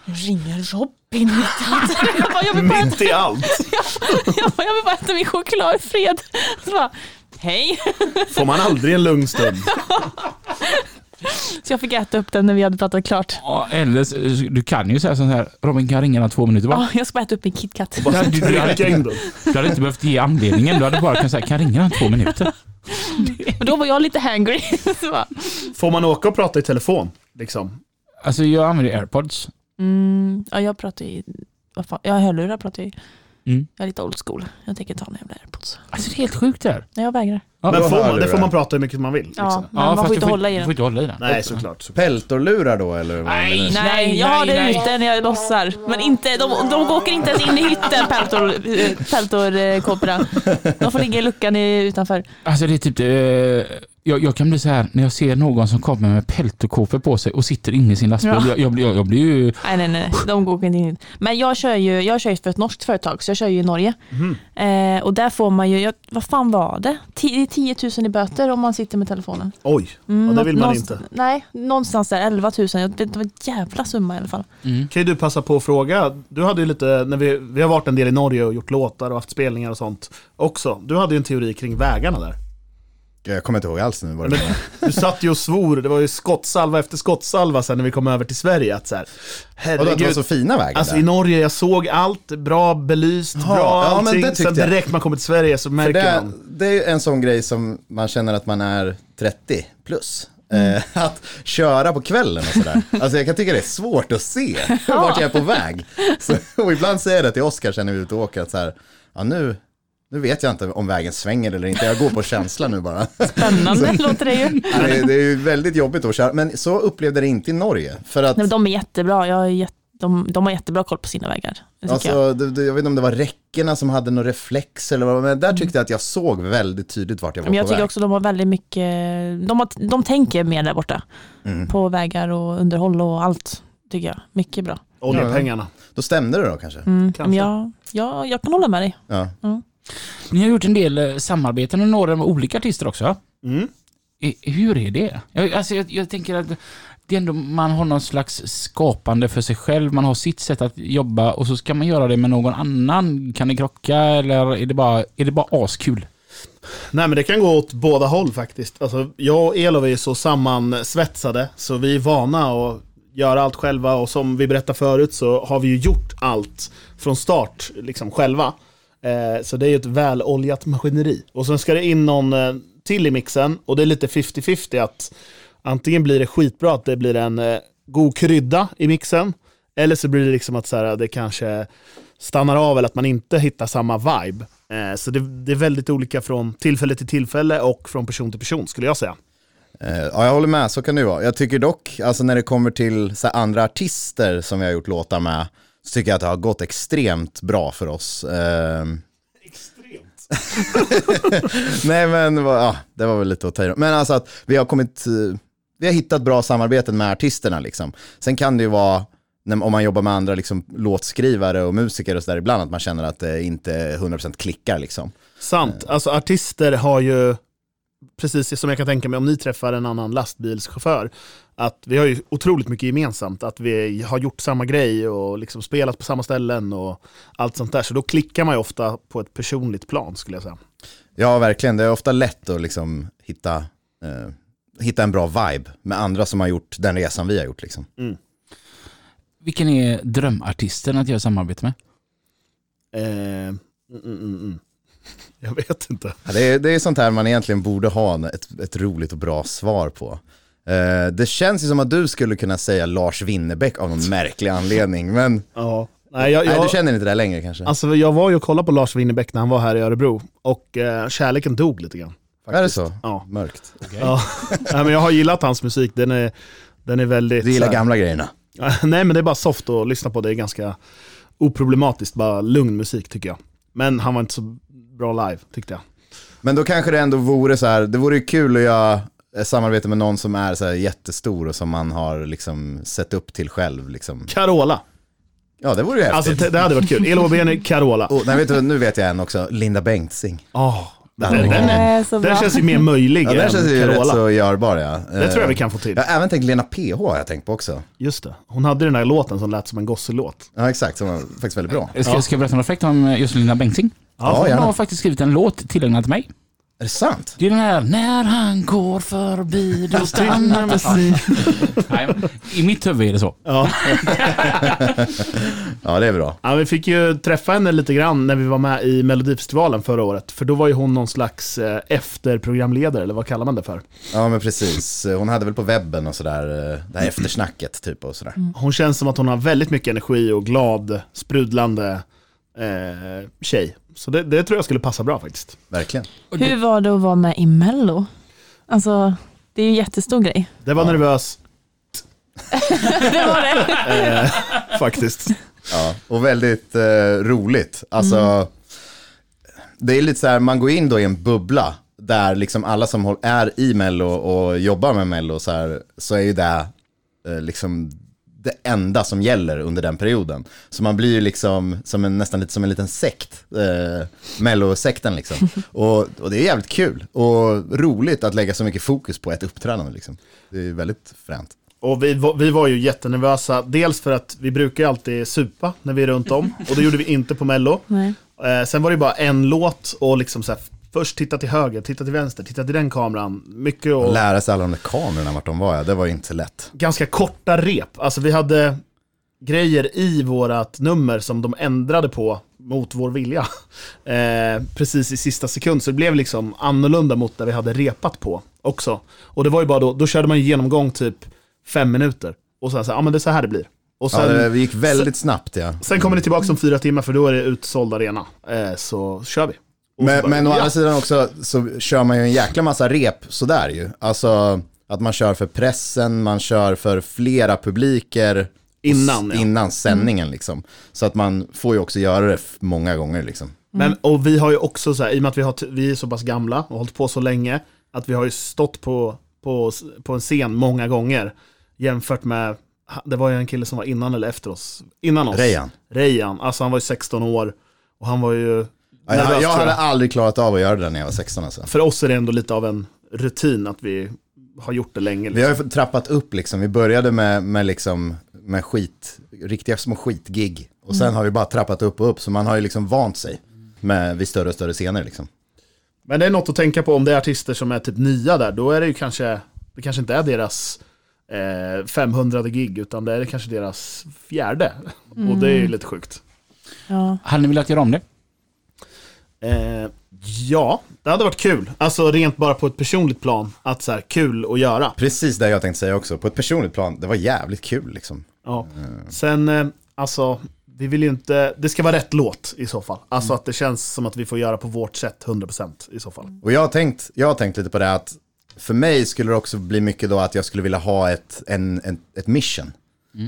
B: "Nu ringer Robin mitt i natten." jag, bara, jag, vill bara äta,
E: Mitt i allt.
B: jag, bara, jag vill bara äta min choklad i fred. Så bara, hej.
E: Får man aldrig en lugn stund.
B: Så jag fick äta upp den när vi hade pratat klart.
A: Ja, eller så- du kan ju säga så här, Robin kan jag ringa om två minuter bara.
B: Ja, jag ska bara äta upp min KitKat.
A: Du, du, du,
E: Rycka
A: hade,
E: in den.
A: du hade inte behövt ge anledningen, du hade bara kunnat säga, kan jag ringa om två minuter?
B: Och då var jag lite hangry. Så bara,
E: Får man åka och prata i telefon? Liksom?
A: Alltså jag använder ju airpods.
B: mm, ja, jag pratar ju, vad fan, jag har hörlurar pratar jag ju.
A: Mm.
B: Jag är lite old school. Jag tänker ta en jävla airpods.
A: Alltså det är helt sjukt det här.
B: Nej, jag vägrar.
A: Ja,
E: Men
D: vad
E: får man,
D: härlig
E: det
D: du
E: får
D: är.
E: man prata hur mycket man vill.
B: Ja,
E: Liksom.
B: men man
A: fast du
B: får inte hålla i
A: Du får
B: den.
A: inte hålla i den.
E: Nej, såklart. såklart.
D: Peltorlurar då eller? vad man menar?
A: Nej.
B: Nej, jag har det ute när jag lossar. Men inte, de, de åker inte ens in i hytten, eh, peltorkåporna. De får ligga i luckan i, utanför.
A: Alltså det är typ, eh, jag, jag kan bli så här när jag ser någon som kommer med peltokåpor på sig och sitter inne i sin lastbil.
B: Ja.
A: Jag, jag, blir- jag, jag blir ju...
B: Nej, nej, nej. De går inte in. Men jag kör ju jag kör ju för ett norskt företag, så jag kör ju i Norge.
A: Mhm.
B: Eh, och där får man ju, jag, vad fan var det? 10, 10 000 i böter om man sitter med telefonen.
E: Oj, ja, det vill
B: Mm,
E: man inte.
B: Nej, någonstans där 11 000. Jag- Det var en jävla summa i alla fall.
E: Kan ju du passa på att fråga, du hade ju lite, när vi, vi har varit en del i Norge och gjort låtar och haft spelningar och sånt också. Du hade ju en teori kring vägarna där.
D: Jag kommer inte ihåg alls nu vad det
E: Men
D: var.
E: du satt ju och svor, det var ju skottsalva efter skottsalva sen när vi kom över till Sverige. Att så här,
D: Vadå att det var
E: herregud.
D: så fina vägar
E: Alltså
D: där?
E: i Norge, jag såg allt, bra belyst,
D: Ja,
E: bra
D: ja, men
E: allting.
D: det tyckte
E: sen
D: jag.
E: direkt man kommer till Sverige så
D: För
E: märker
D: det,
E: man.
D: det är en sån grej som man känner att man är 30 plus.
B: Mm.
D: Eh, Att köra på kvällen och sådär. Alltså jag kan tycka det är svårt att se vart jag är på väg. Så, och ibland säger jag det till Oskar sen när vi är ute och åker att så här, ja nu, nu vet jag inte om vägen svänger eller inte, jag går på känsla nu bara.
B: Spännande låter det ju. Nej,
D: Det är, det är ju väldigt jobbigt att köra, men så upplevde jag det inte i Norge. För att
B: men de är jättebra. Jag är jätte, de, de har jättebra koll på sina vägar. Det tycker jag.
D: Alltså, det, det, jag vet inte om det var räckena som hade någon reflex eller vad, men där tyckte jag att jag såg väldigt tydligt vart jag var
B: Mm. Men jag
D: på väg.
B: tycker också de har väldigt mycket, de, har, de tänker mer där borta.
E: Mm.
B: På vägar och underhåll och allt, tycker jag. Mycket bra. Mm,
E: Oljepengarna.
D: Då stämde det då kanske?
B: Men jag, jag, jag kan hålla med dig.
D: Ja.
A: Ni har gjort en del eh, samarbeten och några med olika artister också.
E: Mm.
A: I- Hur är det? Jag, alltså jag, jag tänker att det är ändå, man har någon slags skapande för sig själv, man har sitt sätt att jobba och så ska man göra det med någon annan. Kan det krocka eller är det bara, är det bara askul?
E: Nej men det kan gå åt båda håll faktiskt. Alltså, jag och Elof är så sammansvetsade så vi är vana att göra allt själva och som vi berättade förut så har vi ju gjort allt från start liksom själva. Eh, så det är ju ett väloljat maskineri. Och sen ska det in någon eh, till i mixen och det är lite 50-50 att antingen blir det skitbra att det blir en eh, god krydda i mixen eller så blir det liksom att så här, det kanske stannar av eller att man inte hittar samma vibe. Eh, så det, det är väldigt olika från tillfälle till tillfälle och från person till person skulle jag säga.
D: Eh, Ja, jag håller med, så kan det ju vara. Jag tycker dock, alltså när det kommer till så här, andra artister som jag har gjort låtar med, så tycker jag att det har gått extremt bra för oss. Ehm, Nej men vad- ja, det var väl lite att ta i. Men alltså att vi har kommit, eh, vi har hittat bra samarbeten med artisterna liksom. Sen kan det ju vara, när, om man jobbar med andra liksom, låtskrivare och musiker och sådär ibland, att man känner att det inte 100% klickar liksom.
E: Sant, alltså artister har ju, precis som jag kan tänka mig om ni träffar en annan lastbilschaufför, att vi har ju otroligt mycket gemensamt, att vi har gjort samma grej och liksom spelat på samma ställen och allt sånt där. Så då klickar man ju ofta på ett personligt plan skulle jag säga.
D: Ja verkligen, det är ofta lätt att liksom hitta, eh, hitta en bra vibe med andra som har gjort den resan vi har gjort liksom.
A: Vilken är drömartisten att göra samarbete med?
E: Eh, mm, mm, mm, mm. Jag vet inte.
D: Ja, det, är, det är sånt här man egentligen borde ha en- ett, ett roligt och bra svar på. Eh, det känns ju som att du skulle kunna säga Lars Winnerbäck av någon märklig anledning, men
E: Ja. Nej, jag,
D: nej,
E: jag,
D: du känner inte det här längre kanske?
E: alltså, jag var ju och kollade på Lars Winnerbäck när han var här i Örebro och eh, kärleken dog lite grann.
D: är det så?
E: Ja.
D: Mörkt.
E: Ja. Nej, men jag har gillat hans musik, den är, den är väldigt...
D: Du
E: så
D: gillar
E: här-
D: gamla grejerna?
E: Nej men det är bara soft att lyssna på, det är ganska oproblematiskt, bara lugn musik tycker jag. Men han var inte så bra live tyckte jag.
D: Men då kanske det ändå vore så här, det vore ju kul att göra ett samarbete med någon som är så här jättestor och som man har liksom sett upp till själv liksom.
E: Carola,
D: Ja, det vore ju häftigt.
E: alltså det det hade varit kul. Elof och Benny, Carola.
D: Och, Oh, nej, vet du, nu vet jag en också, Linda Bengtzing.
E: Oh,
D: Den,
E: den, den, är-
B: Nej, så
E: den
B: bra.
E: känns ju mer möjlig
D: ja, den
E: än
D: känns ju rätt
E: Carola.
D: så görbar ja. Eh,
E: Det tror jag vi kan få till.
D: Jag har även tänkt Lena PH har jag tänkt på också.
E: Just det, hon hade den där låten som lät som en gosselåt.
D: Ja exakt, som var faktiskt väldigt bra.
A: Ska, ska jag berätta något fräckt om eh, just Linda Bengtzing?
D: Ja,
A: Hon har
D: gärna.
A: faktiskt skrivit en låt tillägnad till mig.
D: Är det sant?
A: Det är den här, när han går förbi, då stannar musik. Nej, men I mitt huvud är det så.
E: Ja.
D: Ja, det är bra.
E: Ja, vi fick ju träffa henne lite grann när vi var med i Melodifestivalen förra året. För då var ju hon någon slags eh, efterprogramledare, eller vad kallar man det för?
D: Ja, men precis. Hon hade väl på webben och sådär, eh, det här eftersnacket typ och sådär.
E: Hon känns som att hon har väldigt mycket energi och glad, sprudlande eh, tjej. Så det, det tror jag skulle passa bra faktiskt.
D: Verkligen.
B: Hur var det att vara med i Mello? Alltså, det är ju en jättestor grej.
E: Det var
D: Ja.
E: nervös,
B: Det var det.
E: eh, faktiskt.
D: Ja, och väldigt eh, roligt. Alltså, det är lite så här, man går in då i en bubbla där liksom alla som håll- är i Mello och jobbar med Mello så, här, så är ju det eh, liksom det enda som gäller under den perioden. Så man blir ju liksom som en, nästan lite som en liten sekt, eh, Mello-sekten liksom. Och, och det är jävligt kul och roligt att lägga så mycket fokus på ett uppträdande liksom. Det är väldigt fränt.
E: Och vi, var- vi var ju jättenervösa, dels för att vi brukar ju alltid supa när vi är runt om. Och det gjorde vi inte på Mello.
B: Nej.
E: Eh, sen var det bara en låt och liksom så här, först titta till höger, titta till vänster, titta till den kameran. Mycket och...
D: Lära sig alla de där kamerorna vart de var, ja, det var ju inte så lätt.
E: ganska korta rep. Alltså vi hade grejer i vårat nummer som de ändrade på mot vår vilja. Eh, precis i sista sekund, så det blev liksom annorlunda mot där vi hade repat på också. Och det var ju bara då, då körde man ju genomgång typ fem minuter. Och sen så, ja ah, men det är så här det blir. Och sen,
D: ja, det gick väldigt snabbt ja.
E: sen kommer ni tillbaka om fyra timmar för då är det utsåld arena. Eh, så kör vi. Och så
D: Men,
E: bara,
D: men å
E: ja.
D: andra sidan också så kör man ju en jäkla massa rep sådär ju. Alltså att man kör för pressen, man kör för flera publiker. och s-
E: Innan, ja. Mm.
D: innan sändningen liksom. Så att man får ju också göra det f- många gånger liksom.
E: Men, och vi har ju också så här, i och med att vi, har, t- vi är så pass gamla och har hållit på så länge, att vi har ju stått på, på, s- på en scen många gånger jämfört med, ha- det var ju en kille som var innan eller efter oss. Innan oss.
D: Rejan.
E: Rejan, alltså han var ju 16 år och han var ju
D: Ja,
E: nervös,
D: Jag, jag
E: tror
D: hade
E: jag.
D: aldrig klarat av att göra det när jag var 16 alltså.
E: För oss är det ändå lite av en rutin att vi har gjort det länge.
D: Vi
E: Liksom.
D: har ju fått trappat upp liksom. Vi började med, med, liksom, med skit, riktiga små skitgig. Och
E: Mm.
D: sen har vi bara trappat upp och upp. Så man har ju liksom vant sig med, vid större och större scener liksom.
E: Men det är något att tänka på om det är artister som är typ nya där, då är det ju kanske, det kanske inte är deras eh, 500 gig, utan det är kanske deras fjärde. Och det är ju lite sjukt.
B: Ja.
A: Hade ni velat göra om det?
E: Eh, ja, det hade varit kul. Alltså rent bara på ett personligt plan, att så här, kul att göra.
D: Precis det jag tänkte säga också. På ett personligt plan, det var jävligt kul liksom.
E: Ja. Sen, eh, alltså, vi vill ju inte, det ska vara rätt låt i så fall. Alltså att det känns som att vi får göra på vårt sätt, 100% i så fall.
D: Och jag har, tänkt, jag har tänkt lite på det här att för mig skulle det också bli mycket då att jag skulle vilja ha ett, en, en, ett mission.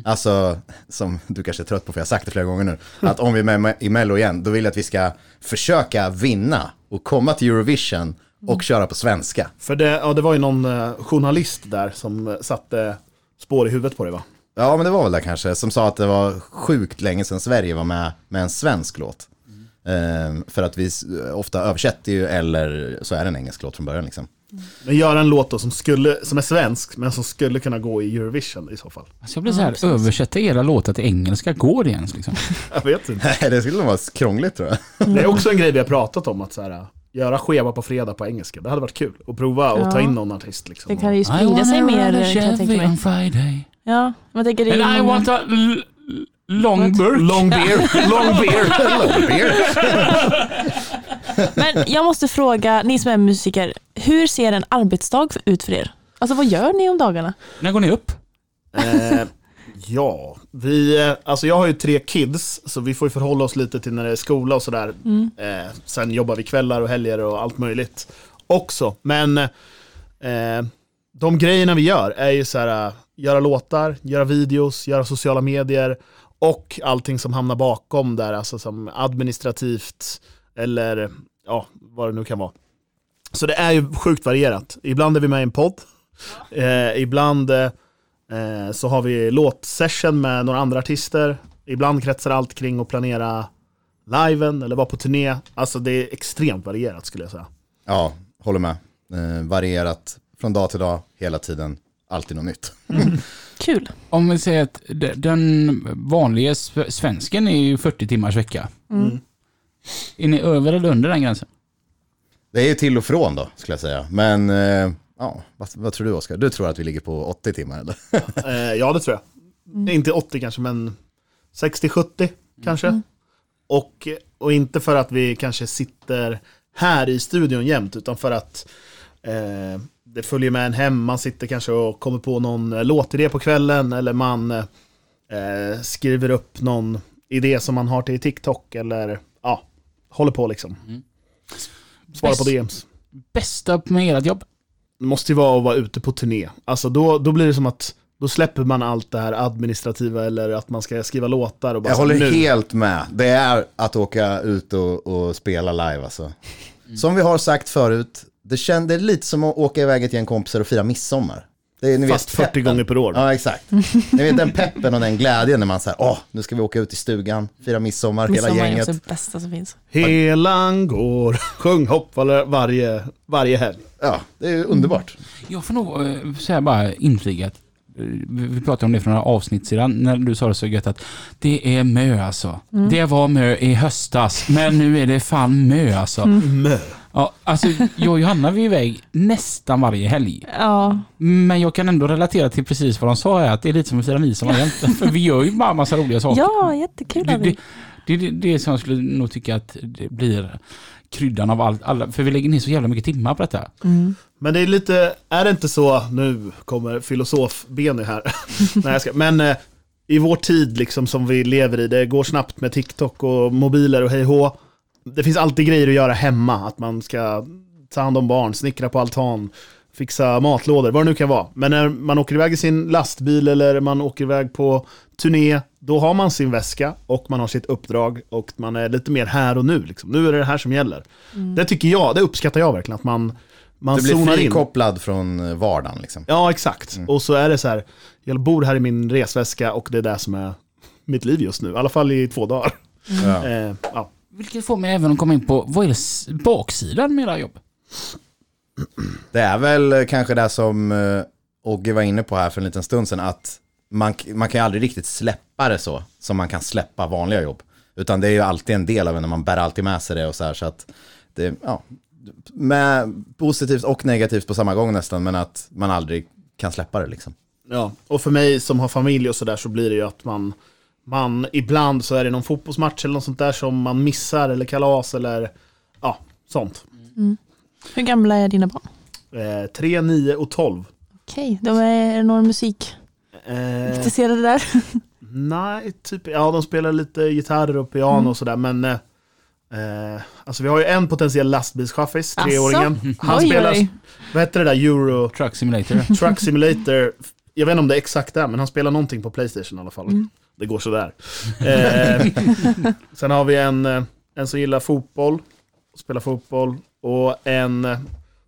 D: Alltså, som du kanske är trött på för jag har sagt det flera gånger nu. Att om vi är med i Mello igen, då vill jag att vi ska försöka vinna och komma till Eurovision och köra på svenska.
E: För det, ja, det var ju någon eh, journalist där som eh, satte spår i huvudet på det va?
D: Ja, men det var väl det kanske, som sa att det var sjukt länge sedan Sverige var med med en svensk låt. Ehm, för att vi s- ofta översätter ju eller så är det en engelsk låt från början liksom.
E: Men göra en låt då som, skulle, som är svensk, men som skulle kunna gå i Eurovision i så fall.
A: Alltså jag blir så här, översätta era låtar till engelska, går det ens liksom?
E: Jag vet inte.
D: Nej, det skulle nog vara krångligt tror jag.
E: Det är också en grej vi har pratat om, att så här, göra skeva på fredag på engelska. Det hade varit kul att prova och ta
B: Ja.
E: in någon artist. Liksom.
B: Det kan ju
A: I
B: sprida
A: wanna
B: sig mer
A: run a
B: kan jag tänka
A: Chevy on
B: mig.
A: Friday.
B: Ja, men jag tänker det
A: And
B: är
A: I
B: många-
A: want a l- l- long burk.
E: Long beer, long beer.
B: Men jag måste fråga, ni som är musiker, hur ser en arbetsdag ut för er? Alltså vad gör ni om dagarna?
A: När går ni upp?
E: Eh, ja, vi, eh, alltså jag har ju tre kids, så vi får ju förhålla oss lite till när det är skola och sådär. Eh, sen jobbar vi kvällar och helger och allt möjligt också. Men eh, de grejerna vi gör är ju så här, eh, göra låtar, göra videos, göra sociala medier och allting som hamnar bakom där, alltså som administrativt eller ja, vad det nu kan vara. Så det är ju sjukt varierat. Ibland är vi med i en podd, eh, ibland eh, Eh, Så har vi låtsession med några andra artister. Ibland kretsar allt kring att planera liven eller vara på turné. Alltså det är extremt varierat skulle jag säga.
D: Ja, håller med. Eh, varierat från dag till dag, hela tiden, alltid något nytt.
B: Kul.
A: Om vi säger att de- den vanliga sve-
B: Mm.
A: svensken är ju 40 timmars vecka. Är ni över eller under den gränsen?
D: Det är ju till och från då, skulle jag säga. Men eh, ja, vad, vad tror du Oskar? Du tror att vi ligger på 80 timmar eller?
E: Eh, ja, det tror jag. Inte 80 kanske, men 60-70 kanske. Och, och inte för att vi kanske sitter här i studion jämt, utan för att eh, det följer med en hem. Man sitter kanske och kommer på någon eh, låtidé på kvällen, eller man eh, skriver upp någon idé som man har till TikTok, eller ja, håller på liksom. Svara på
A: Bäst-
E: DMs.
A: Bästa med ert jobb?
E: Det måste ju vara att vara ute på turné. Alltså då, då blir det som att då släpper man allt det här administrativa eller att man ska skriva låtar och bara
D: Jag
E: så,
D: håller
E: nu.
D: helt med. Det är att åka ut och, och spela live alltså. Som vi har sagt förut, det kändes lite som att åka iväg ett gäng kompisar och fira midsommar. Det är, ni
E: Fast 40
D: peppen.
E: gånger per år.
D: Ja, exakt. Ni vet den peppen och den glädjen när man säger, åh, nu ska vi åka ut i stugan, fira midsommar, hela
B: Midsommar är
D: gänget.
B: också det bästa som finns.
E: Helan går, sjung hopp var- varje, varje helg.
D: Ja, det är ju underbart.
A: Jag får nog eh, säga bara intrigat. Vi pratade om det för några avsnitt sedan när du sa det så gött att det är mö alltså. Det var mö i höstas men nu är det fan mö alltså.
E: Mö.
A: Ja, alltså jag och Johanna vi är iväg nästan varje helg.
B: Ja,
A: Men jag kan ändå relatera till precis vad de sa här att det är lite som att fira midsommar jämt. För vi gör ju bara massa roliga saker.
B: ja jättekul.
A: Det, det,
B: Arvid.
A: det, det, det är som jag skulle nog tycka att det blir kryddan av allt. Alla, för vi lägger ner så jävla mycket timmar på detta.
E: Men det är lite, är det inte så, nu kommer filosof Benny här. Nej, jag ska, men eh, i vår tid liksom som vi lever i, det går snabbt med TikTok och mobiler och hej och hå. Det finns alltid grejer att göra hemma, att man ska ta hand om barn, snickra på altan, fixa matlådor, vad det nu kan vara. Men när man åker iväg i sin lastbil eller man åker iväg på turné, då har man sin väska och man har sitt uppdrag och man är lite mer här och nu. Liksom. Nu är det det här som gäller. Det tycker jag, det uppskattar jag verkligen, att man, man
D: Du blir
E: zonar in.
D: frikopplad från vardagen liksom.
E: Ja, exakt. Och så är det så här, jag bor här i min resväska och det är det som är mitt liv just nu. I alla fall i två dagar.
D: Ja.
E: Eh, ja.
A: Vilket får mig även att komma in på, vad är det s- baksidan med era jobb?
D: Det är väl eh, kanske det som eh, Ogge var inne på här för en liten stund sedan, att man, man kan ju aldrig riktigt släppa det så, som man kan släppa vanliga jobb. Utan det är ju alltid en del av en, och man bär alltid med sig det och så här, så att det, ja, med positivt och negativt på samma gång nästan, men att man aldrig kan släppa det liksom.
E: Ja. Och för mig som har familj och sådär så blir det ju att man, man, ibland så är det någon fotbollsmatch eller något sånt där som man missar eller kalas eller ja, sånt.
B: Hur gamla är dina barn?
E: Eh, 3, 9 och 12.
B: Okej, de är, är det någon musikintresserade
E: Eh,
B: där?
E: nej, typ, ja de spelar lite gitarr och piano
B: Mm.
E: och sådär men eh, eh, Alltså vi har ju en potentiell lastbilschaffis,
B: Asså?
E: treåringen. Han
B: Alltså? Oj, oj,
E: spelar,
B: oj.
E: vad heter det där, Euro...
A: Truck Simulator.
E: Truck Simulator, jag vet inte om det är exakt det, men han spelar någonting på Playstation i alla fall.
B: Mm.
E: Det går sådär. Eh, sen har vi en, eh, en som gillar fotboll, spelar fotboll, och en, eh,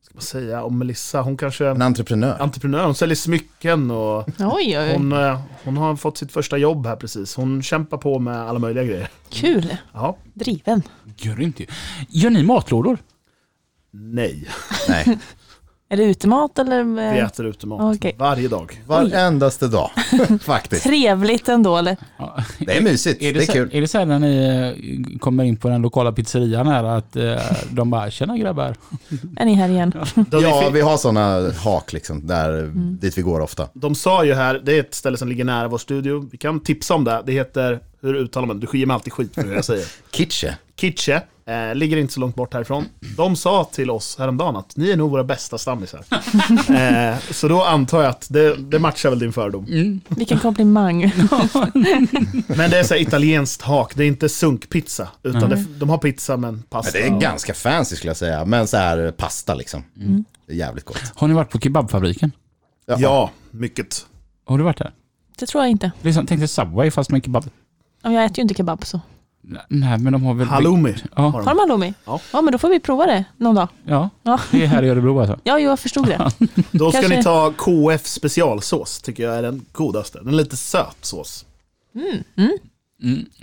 E: ska man säga, om Melissa, hon
D: En
E: kanske
D: entreprenör.
E: entreprenör, hon säljer smycken och
B: Oj, oj, oj.
E: hon, eh, hon har fått sitt första jobb här precis. Hon kämpar på med alla möjliga grejer.
B: Kul.
E: Ja,
B: Driven.
A: Grymt ju. Gör ni matlådor?
E: nej.
D: Nej,
B: Är det utemat eller?
E: Vi
B: eh,
E: äter utemat
B: Okej.
E: varje dag.
D: varendaste dag faktiskt.
B: Trevligt ändå eller?
A: Ja.
D: Det är mysigt, det
A: Är
D: är,
A: det, så,
D: kul.
A: är det så här när ni eh, kommer in på den lokala pizzerian här att eh, de bara “Tjena grabbar”?
B: Är ni här igen?
D: Ja, vi har sådana hak liksom, där, dit vi går ofta.
E: De sa ju här, det är ett ställe som ligger nära vår studio, vi kan tipsa om det. Det heter, hur uttalar man det? Du ger mig alltid skit för hur jag säger.
D: Kitche.
E: Kitche, eh, ligger inte så långt bort härifrån. De sa till oss häromdagen att ni är nog våra bästa stammisar. eh, så då antar jag att det, det matchar väl din fördom.
B: Vilken komplimang.
E: Men det är så här italienskt hak, det är inte sunkpizza. Utan det, de har pizza men
D: Men
E: pasta.
D: det är ganska fancy skulle jag säga, men så här pasta liksom. Det är jävligt gott.
A: Har ni varit på kebabfabriken?
E: Ja, mycket.
A: Har du varit där?
B: Det tror jag inte.
A: Det är som, tänk dig Subway fast med kebab.
B: Ja, men Jag äter ju inte kebab så.
A: Nej men de har väl...
E: Halloumi
A: Ja.
E: har
B: Har
E: de.
B: de halloumi?
E: Ja.
B: ja, men då får vi prova det någon dag.
A: Ja,
B: Ja.
A: det är här i Örebro alltså.
B: Ja, jo, jag förstod det.
E: Då ska
B: Kanske-
E: ni ta KF specialsås, tycker jag är den godaste. Den är lite söt sås.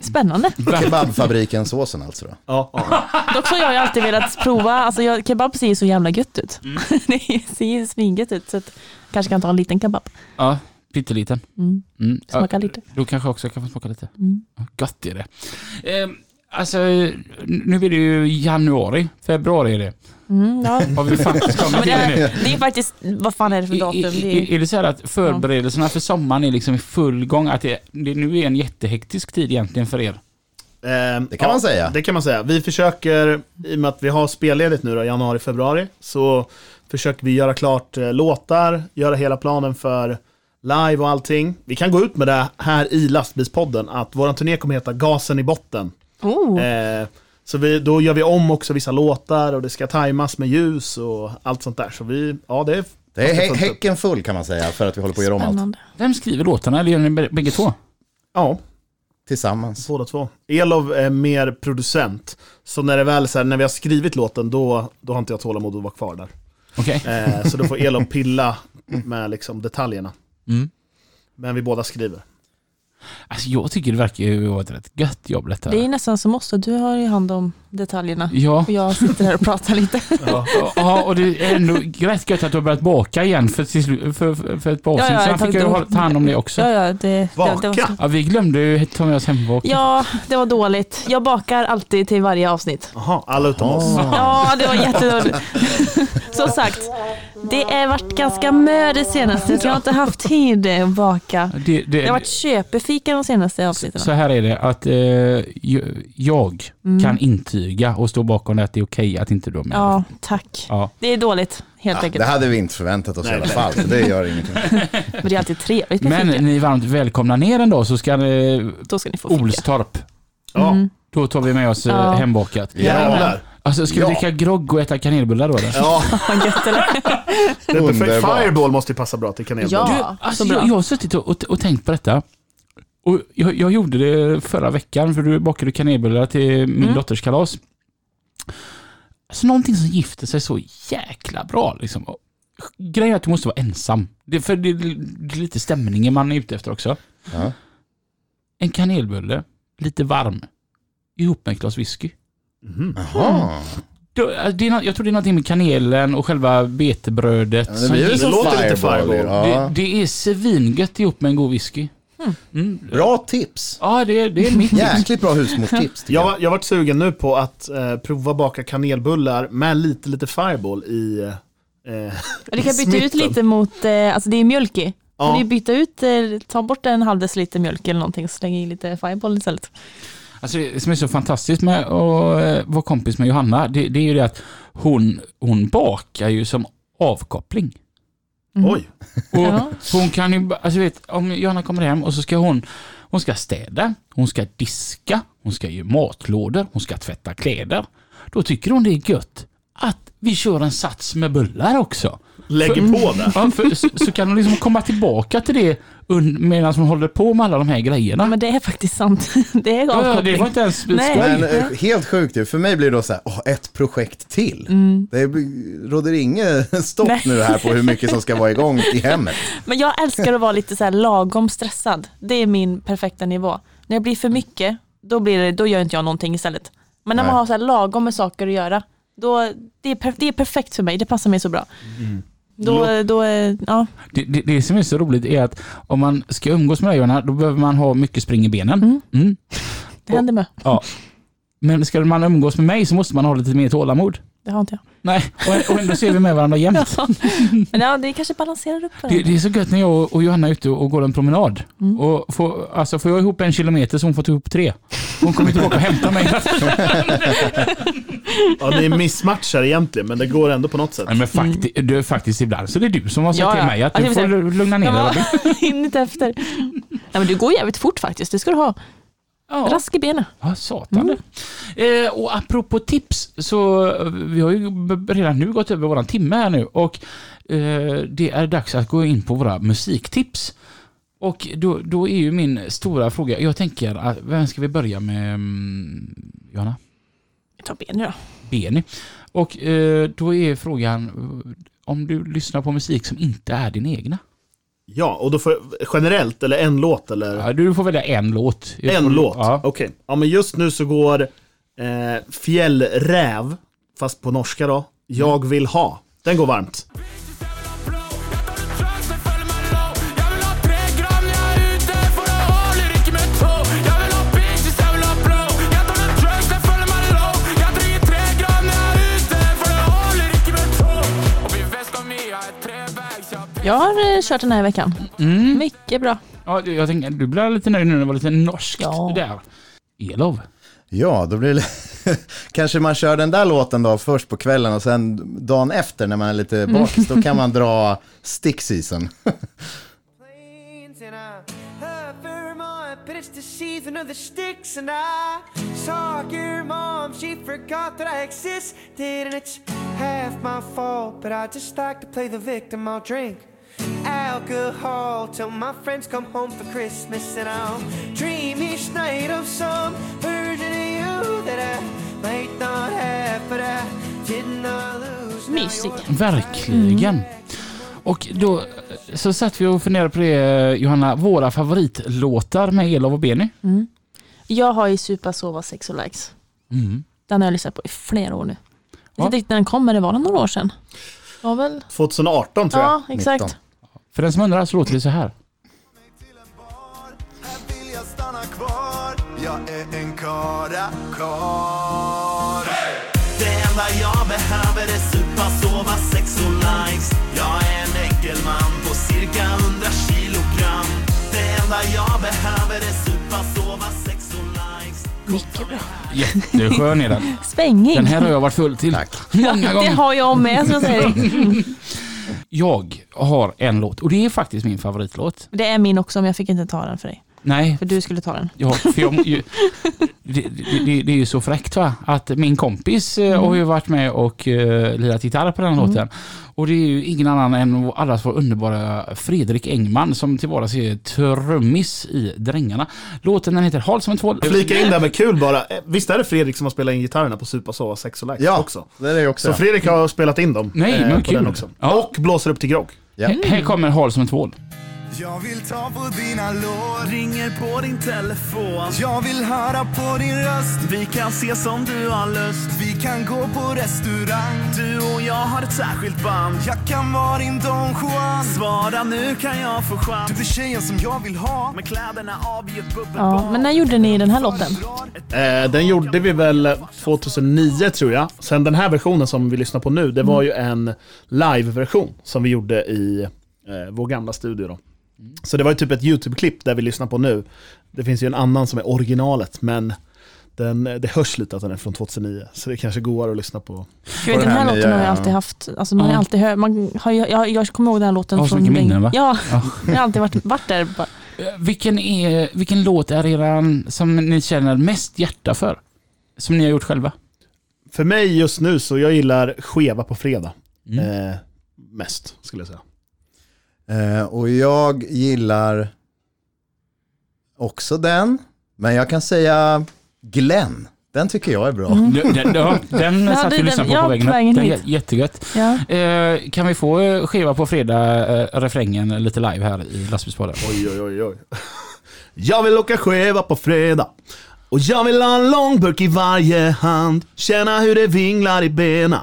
B: Spännande.
D: Kebabfabriken-såsen alltså då.
E: Ja, ja.
B: Dock så har jag alltid velat prova, alltså jag, kebab ser ju så jävla gött ut. det ser ju svingött ut så att kanske kan ta en liten kebab.
A: Ja, pytteliten.
B: Mm.
A: Mm. Ja,
B: Smaka lite.
A: Då kanske jag också kan få smaka lite.
B: Mm.
A: Ja, Gott är det. Ehm, alltså, nu är det ju januari. Februari är det.
B: Mm, ja.
A: Har vi faktiskt
B: Ja,
A: kommit
B: men
A: till
B: det,
A: det nu?
B: är, det är faktiskt, vad fan är det för datum?
A: I,
B: Det
A: i,
B: är,
A: i- är det så här att förberedelserna för sommaren är liksom i full gång? Att det, det nu är en jättehektisk tid egentligen för er?
E: Ehm,
D: Det kan man säga.
E: Det kan man säga. Vi försöker, i och med att vi har spelledigt nu då, januari, februari, så försöker vi göra klart eh, låtar, göra hela planen för live och allting. Vi kan gå ut med det här i lastbilspodden, att vår turné kommer heta Gasen i botten.
B: oh,
E: Eh, så vi, då gör vi om också vissa låtar och det ska tajmas med ljus och allt sånt där. Så vi, ja det är...
D: Det är
E: ganska
D: hä-
E: fullt upp.
D: häcken full kan man säga för att vi håller på att göra om allt.
B: spännande.
A: Vem skriver låtarna? Eller gör ni b- bägge två?
E: Ja,
D: Tillsammans.
E: båda två. Elov är mer producent. Så när det väl så här, när vi har skrivit låten, då, då har inte jag tålamod att vara kvar där.
A: Okej.
E: Eh, så då får Elon pilla med liksom detaljerna.
A: Mm.
E: Men vi båda skriver.
A: Alltså jag tycker det verkar ju vara ett rätt gött jobb detta.
B: Det är nästan som oss, då. du har ju hand om detaljerna.
A: Ja.
B: Och jag sitter här och pratar lite.
A: ja, och det är ändå rätt gött att du har börjat baka igen för, till slut, för, för för ett par år
B: Ja,
A: sedan.
B: ja,
A: så
B: jag
A: jag fick
B: tagit
A: ju
B: upp-
A: ha- ta hand om det också.
B: Ja, ja, det, det, det var
E: Baka?
B: så.
A: Ja, vi glömde ju ta med oss hembakning.
B: Ja, det var dåligt. Jag bakar alltid till varje avsnitt.
E: Aha, alla utom oss.
B: Ja, det var jättedåligt. Som sagt, det har varit ganska mö det senaste, så jag har inte haft tid att baka.
A: Det, det,
B: Det har varit köpefika de senaste avsnitten.
A: så här är det, att eh, ju- jag kan intyga och stå bakom det att det är okej att inte du har med
B: Mm. Ja,
A: det.
B: tack.
A: Ja.
B: Det är dåligt, helt
D: Det
B: enkelt.
D: hade vi inte förväntat oss i
E: Nej,
D: alla
E: nej.
D: fall. Det gör ingenting.
B: Men det är alltid trevligt med
A: Men
B: fika.
A: ni är varmt välkomna ner en dag så ska eh,
B: Då ska ni få fika.
A: Olstorp.
E: Ja.
A: Då tar vi med oss eh,
B: Ja.
A: hembakat.
E: Jävlar.
A: Alltså ska vi
D: Ja.
A: dricka grogg och äta kanelbullar då eller?
E: Ja,
B: Vad gött, eller?
E: det är perfekt.
D: Underbart.
E: Fireball måste ju passa bra till kanelbullar.
B: Ja.
A: Du, alltså,
B: så bra.
A: jag, jag har suttit och, och, och tänkt på detta. Och jag, jag gjorde det förra veckan, för du bakade kanelbullar till min
B: Mm.
A: dotters kalas. Alltså någonting som gifter sig så jäkla bra liksom. Och Grejen är att du måste vara ensam. Det, för det, det är lite stämningen man är ute efter också.
D: Ja.
A: En kanelbulle, lite varm, ihop med ett glas whisky.
E: Mhm.
D: Jaha.
A: Då- alltså, Det är, nå- jag tror det är någonting med kanelen och själva betebrödet.
D: Ja, Det
A: som
D: blir ju
E: Det
A: gifter-
D: som
E: låter lite
D: fireball. ju.
E: fireball.
A: det,
D: Ja.
A: det är svingött ihop med en god whisky. Mm.
D: Bra tips.
A: Ja, det, det är mitt tips.
D: Jäkligt bra husmorstips. tycker
E: Jag, var- jag har varit sugen nu på att eh, prova baka kanelbullar med lite, lite fireball i... Eh,
B: Men Du kan byta ut
E: Smitten.
B: lite mot, eh, alltså det är mjölk i. Kan
E: Ja.
B: du byta ut, eh, ta bort en halv deciliter mjölk eller någonting och slänga i lite fireball istället.
A: Alltså, det som är så fantastiskt med att eh, vara kompis med Johanna, det, det är ju det att hon, hon bakar ju som avkoppling.
B: Mm.
E: Oj.
A: Och
B: Ja.
A: Hon kan ju, ba- alltså vet, om Johanna kommer hem och så ska hon, hon ska städa, hon ska diska, hon ska ge matlådor, hon ska tvätta kläder. Då tycker hon det är gött att vi kör en sats med bullar också.
B: Mm.
E: Lägger på det.
A: Ja, för, så, så kan hon liksom komma tillbaka till det un- medan hon håller på med alla de här
B: Ja,
A: grejerna.
B: men det är faktiskt sant. Det
A: Ja,
B: är
A: det
B: avkoppling.
A: var inte ens
B: Nej.
A: skoj.
D: Men eh, helt sjukt ju. För mig blir det då så här, åh, ett projekt till. Det blir- råder inget stopp
B: Nej.
D: nu här på hur mycket som ska vara igång i hemmet.
B: Men jag älskar att vara lite så här lagom stressad. Det är min perfekta nivå. När det blir för mycket, då, blir det, då gör inte jag någonting istället. Men när man
D: Nej.
B: har så här lagom med saker att göra, då, det, är per, det är perfekt för mig. Det passar mig så bra.
A: Mm.
B: Då, då, eh, ja.
A: Det, det, det som är så roligt är att om man ska umgås med dig Johanna, då behöver man ha mycket spring i benen.
B: Mm.
A: Mm.
B: Det händer med.
A: Ja. Men ska man umgås med mig så måste man ha lite mer tålamod.
B: Det har inte jag.
A: Nej, och, och ändå ser vi med varandra jämt.
B: Ja. Men ja, det kanske balanserar upp
A: Det,
B: varandra.
A: det är så gött när jag och- och Johanna är ute och går en promenad.
B: Mm.
A: Och får, alltså får jag ihop en kilometer så hon får ihop tre. Hon kommer tillbaka och hämtar mig.
E: Ja, ni är missmatchar egentligen, men det går ändå på något sätt.
A: Nej, men fakti, du, faktiskt ibland så det är du som har sagt
B: Mm. Ja,
A: till
B: ja.
A: mig att
B: Ja,
A: du
B: det vill
A: får
B: säga-
A: lugna ner dig.
B: Ja,
A: Robin.
B: hinner inte efter. Nej, men du går jävligt fort faktiskt, det ska du ha.
A: Ja.
B: Rask i benen.
A: Ja, satan. Eh, och apropå tips, så eh, vi har ju b- redan nu gått över våran timme här nu och eh, det är dags att gå in på våra musiktips. Och då, då är ju min stora fråga, jag tänker, att, vem ska vi börja med? mm, Johanna?
B: Ta ben nu då.
A: Benny. Och eh, då är frågan, eh, om du lyssnar på musik som inte är din egna?
E: Ja, och då får jag, generellt, eller en låt eller?
A: Ja, du får välja en låt.
E: En låt?
A: Ja.
E: Okej. Ja, men just nu så går eh, Fjällräv, fast på norska då, Jag vill ha. Den går varmt.
F: Jag tar en drugs, det følger meg low. Jeg trenger tre gram når jeg er ute, for det holder
B: Jag har eh, kört den här i veckan.
A: Mm.
B: Mycket bra.
A: Ja, du- jag tänker, du blev lite nöjd nu när det var lite norskt
B: Ja.
A: där. Elov.
D: Ja, då blir det... Kanske man kör den där låten då först på kvällen och sen dagen efter när man är lite bakis, då kan man dra Stick Season.
F: plains and I heard Vermont, but it's the season of the sticks and I saw your mom. She forgot that I existed and it's half my fault, but I just like to play the victim. I'll drink alcohol till my friends come home for Christmas and I'll dream each night of some version of you that I might not have, but I did not lose. Now
B: Mysigt.
F: you're
A: Verkligen.
B: Mm.
A: Och då eh, så satt vi och funderade på det eh, Johanna, våra favoritlåtar med Elov och Benny.
B: Mm. Jag har ju Supa, Sova, Sex och Likes.
A: Mm.
B: Den har jag lyssnat på i flera år nu. Jag
A: Ja.
B: vet inte riktigt när den kom, men det var den några år sedan. Det Var väl?
E: 2018 tror jag.
B: Ja, exakt.
D: 19.
A: För den som undrar så låter det så här.
F: till en bar Här vill jag stanna kvar Jag är en kara kar Det enda jag behöver är supa, sova, sex och likes Jag är en äckelman på cirka 100 kilogram Det enda jag behöver är supa, sova, sex och likes
B: Mycket bra.
A: Jätteskön är den.
B: Svängig.
A: Den här har jag varit full till många
B: Det
A: gånger.
B: har jag med, som jag säger.
A: Jag har en låt och det är faktiskt min favoritlåt.
B: Det är min också, men jag fick inte ta den för dig.
A: Nej,
B: För du skulle ta den.
A: Ja, för jag, ju, det, det- det, det är ju så fräckt va? att min kompis
B: Mm.
A: eh, har ju varit med och eh, lirat gitarr på den låten. Och det är ju ingen annan än vår- allas vår underbara Fredrik Engman som till vardags är trummis i Drängarna. Låten den heter Halt som en tvål.
E: Flika in där med kul bara. Eh, Visst är det Fredrik som har spelat in gitarrerna på Supa, Sova, Sex och Likes
D: Ja,
E: också?
D: det är det också.
E: Så Fredrik har spelat in dem. eh,
A: Nej, men
E: på
A: kul.
E: den också.
A: Ja.
E: Och blåser upp till grogg.
D: ja.
B: Mm.
A: Här- Här kommer Halt som en tvål.
F: Jag vill ta på dina lår Ringer på din telefon Jag vill höra på din röst Vi kan ses om du har lust Vi kan gå på restaurang Du och jag har ett särskilt band Jag kan vara din Don Juan Svara nu kan jag få chans Du är tjejen som jag vill ha Med kläderna av i ett bubbelbad
B: Ja, men när gjorde ni den här låten?
E: Eh, den gjorde vi väl 2009 tror jag. Sen den här versionen som vi lyssnar på nu, det var ju en live-version som vi gjorde i eh, vår gamla studio då. Så det var ju typ ett YouTube-klipp där vi lyssnar på nu. Det finns ju en annan som är originalet, men den, det hörs lite att den är från 2009. Så det är kanske går att lyssna på.
B: Jag vet,
D: den
B: den här
D: här
B: låten
D: nya-
B: har jag alltid haft. Alltså man
A: Ja.
B: har alltid hör, man har, ju- jag, jag kommer ihåg den här låten
A: Jag har så
B: från...
A: mycket
B: länge.
A: minnen, va?
B: Ja,
A: Ja.
B: jag har alltid varit, varit där. Bara.
A: Eh, Vilken, är, vilken låt är eran som ni känner mest hjärta för? Som ni har gjort själva?
E: För mig just nu så jag gillar skeva på fredag.
A: Mm.
E: Eh, mest skulle jag säga.
D: Eh, och jag gillar också den, men jag kan säga Glenn. Den tycker jag är bra.
A: Den, den, den, den
B: Ja,
A: satt vi
B: du,
A: och lyssnade
B: den-
A: på på
B: ja, på
A: vägen upp.
B: vägen
A: Den är
B: hit.
A: jättegött.
B: Ja.
A: Eh, kan vi få eh, skiva på fredag, eh, refrängen eh, lite live här i lastbilspodden?
E: Oj, oj, oj, oj. Jag vill åka skeva på fredag. Och jag vill ha en lång burk i varje hand. Känna hur det vinglar i bena.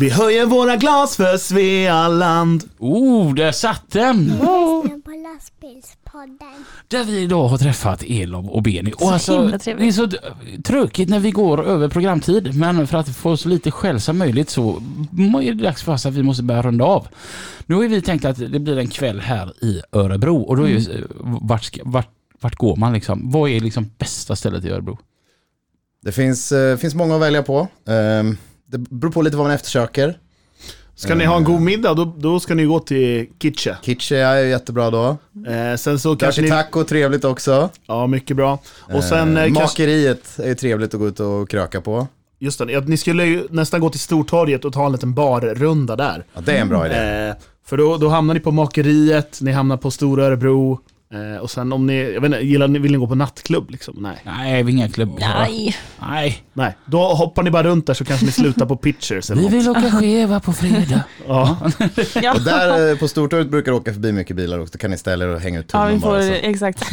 E: Vi höjer våra glas för Svealand.
A: Oh, där satt den!
G: lyssnar på lastbilspodden.
A: Där vi idag har träffat Elof och Beni. Och
B: Så
A: alltså,
B: himla trevligt.
A: det är så d- tråkigt när vi går över programtid, men för att få så lite skäll som möjligt så må- är det dags för oss att vi måste börja runda av. Nu har ju vi tänkt att det blir en kväll här i Örebro och då är ju,
B: Mm.
A: eh, vart, ska- vart, vart går man liksom? Vad är liksom bästa stället i Örebro?
D: Det finns, eh, finns många att välja på. Ehm, det beror på lite vad man eftersöker.
E: Ska ni ha en god middag, då, då ska ni gå till Kitche.
D: Kitche är ju jättebra då.
E: Eh, sen så kanske
D: Kanske
E: ni...
D: taco, trevligt också.
E: Ja, mycket bra. Och sen...
D: Eh,
E: Eh, kanske,
D: Makeriet är ju trevligt att gå ut och kröka på.
E: just det, ja, ni skulle ju nästan gå till Stortorget och ta en liten barrunda där.
D: Ja, det är en bra idé.
E: Eh, för då, då hamnar ni på Makeriet, ni hamnar på Stora Örebro. Eh, och sen om ni, jag vet inte, gillar ni, vill ni gå på nattklubb liksom? Nej.
A: Nej, vi är inga klubbar.
B: Nej.
A: Nej.
E: Nej. Då hoppar ni bara runt där så kanske ni slutar på Pitchers eller
A: Vi
E: något.
A: vill åka skeva på fredag.
E: Ja.
B: Ja.
D: Och där eh, på Stortorget brukar det åka förbi mycket bilar också. Då kan ni ställa er och hänga ut
B: Ja, vi
D: tummen
B: får,
D: bara.
A: alltså.
D: Så.
B: exakt.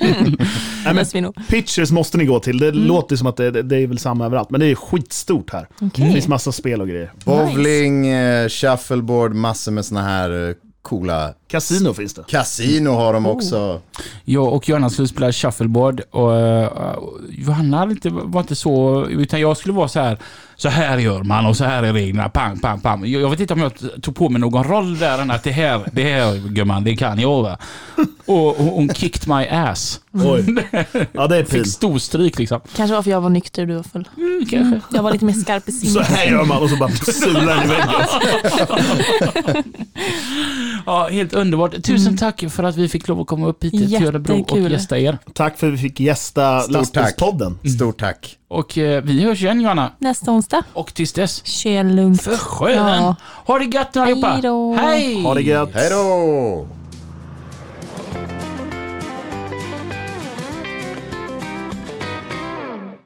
E: Nej, men
B: Bäst vi nog.
E: Pitchers måste ni gå till. Det låter som att det, det, det är väl samma överallt, men det är skitstort här. Det finns massa spel och grejer.
D: Bowling, eh, shuffleboard, massor med såna här eh, coola
E: Casino finns det.
D: Casino har de också.
A: Jag och Johanna skulle spela shuffleboard och, eh, och Johanna hade inte, var inte så, utan jag skulle vara så här så här gör man och så här är reglerna. Pang, pang, pang. Jag, jag vet inte om jag t- tog på mig någon roll där än att det här, det här gumman, det kan jag va. Och hon hon kicked my ass.
E: Oj. Ja, det är pin.
A: Fick storstryk liksom.
B: Kanske varför jag var nykter och du var full.
A: Mm, kanske.
B: Jag var lite mer skarp i
E: Så
B: sinnet.
E: här gör man och så bara sular den i väggen.
A: Ja, helt underbart. Tusen tack för att vi fick lov att komma upp hit till Örebro och
B: Mm. Jättekul.
A: gästa er.
E: Tack för att vi fick gästa
D: Stort tack.
E: Lastbilspodden.
D: Stort tack.
A: Och eh, vi hörs igen Johanna.
B: Nästa onsdag.
A: Och tills dess,
B: Kör lugnt.
A: för skönen.
B: Ja.
A: Ha det gött nu allihopa.
B: Hej då.
A: Hej!
E: Ha det gött.
D: Hej då!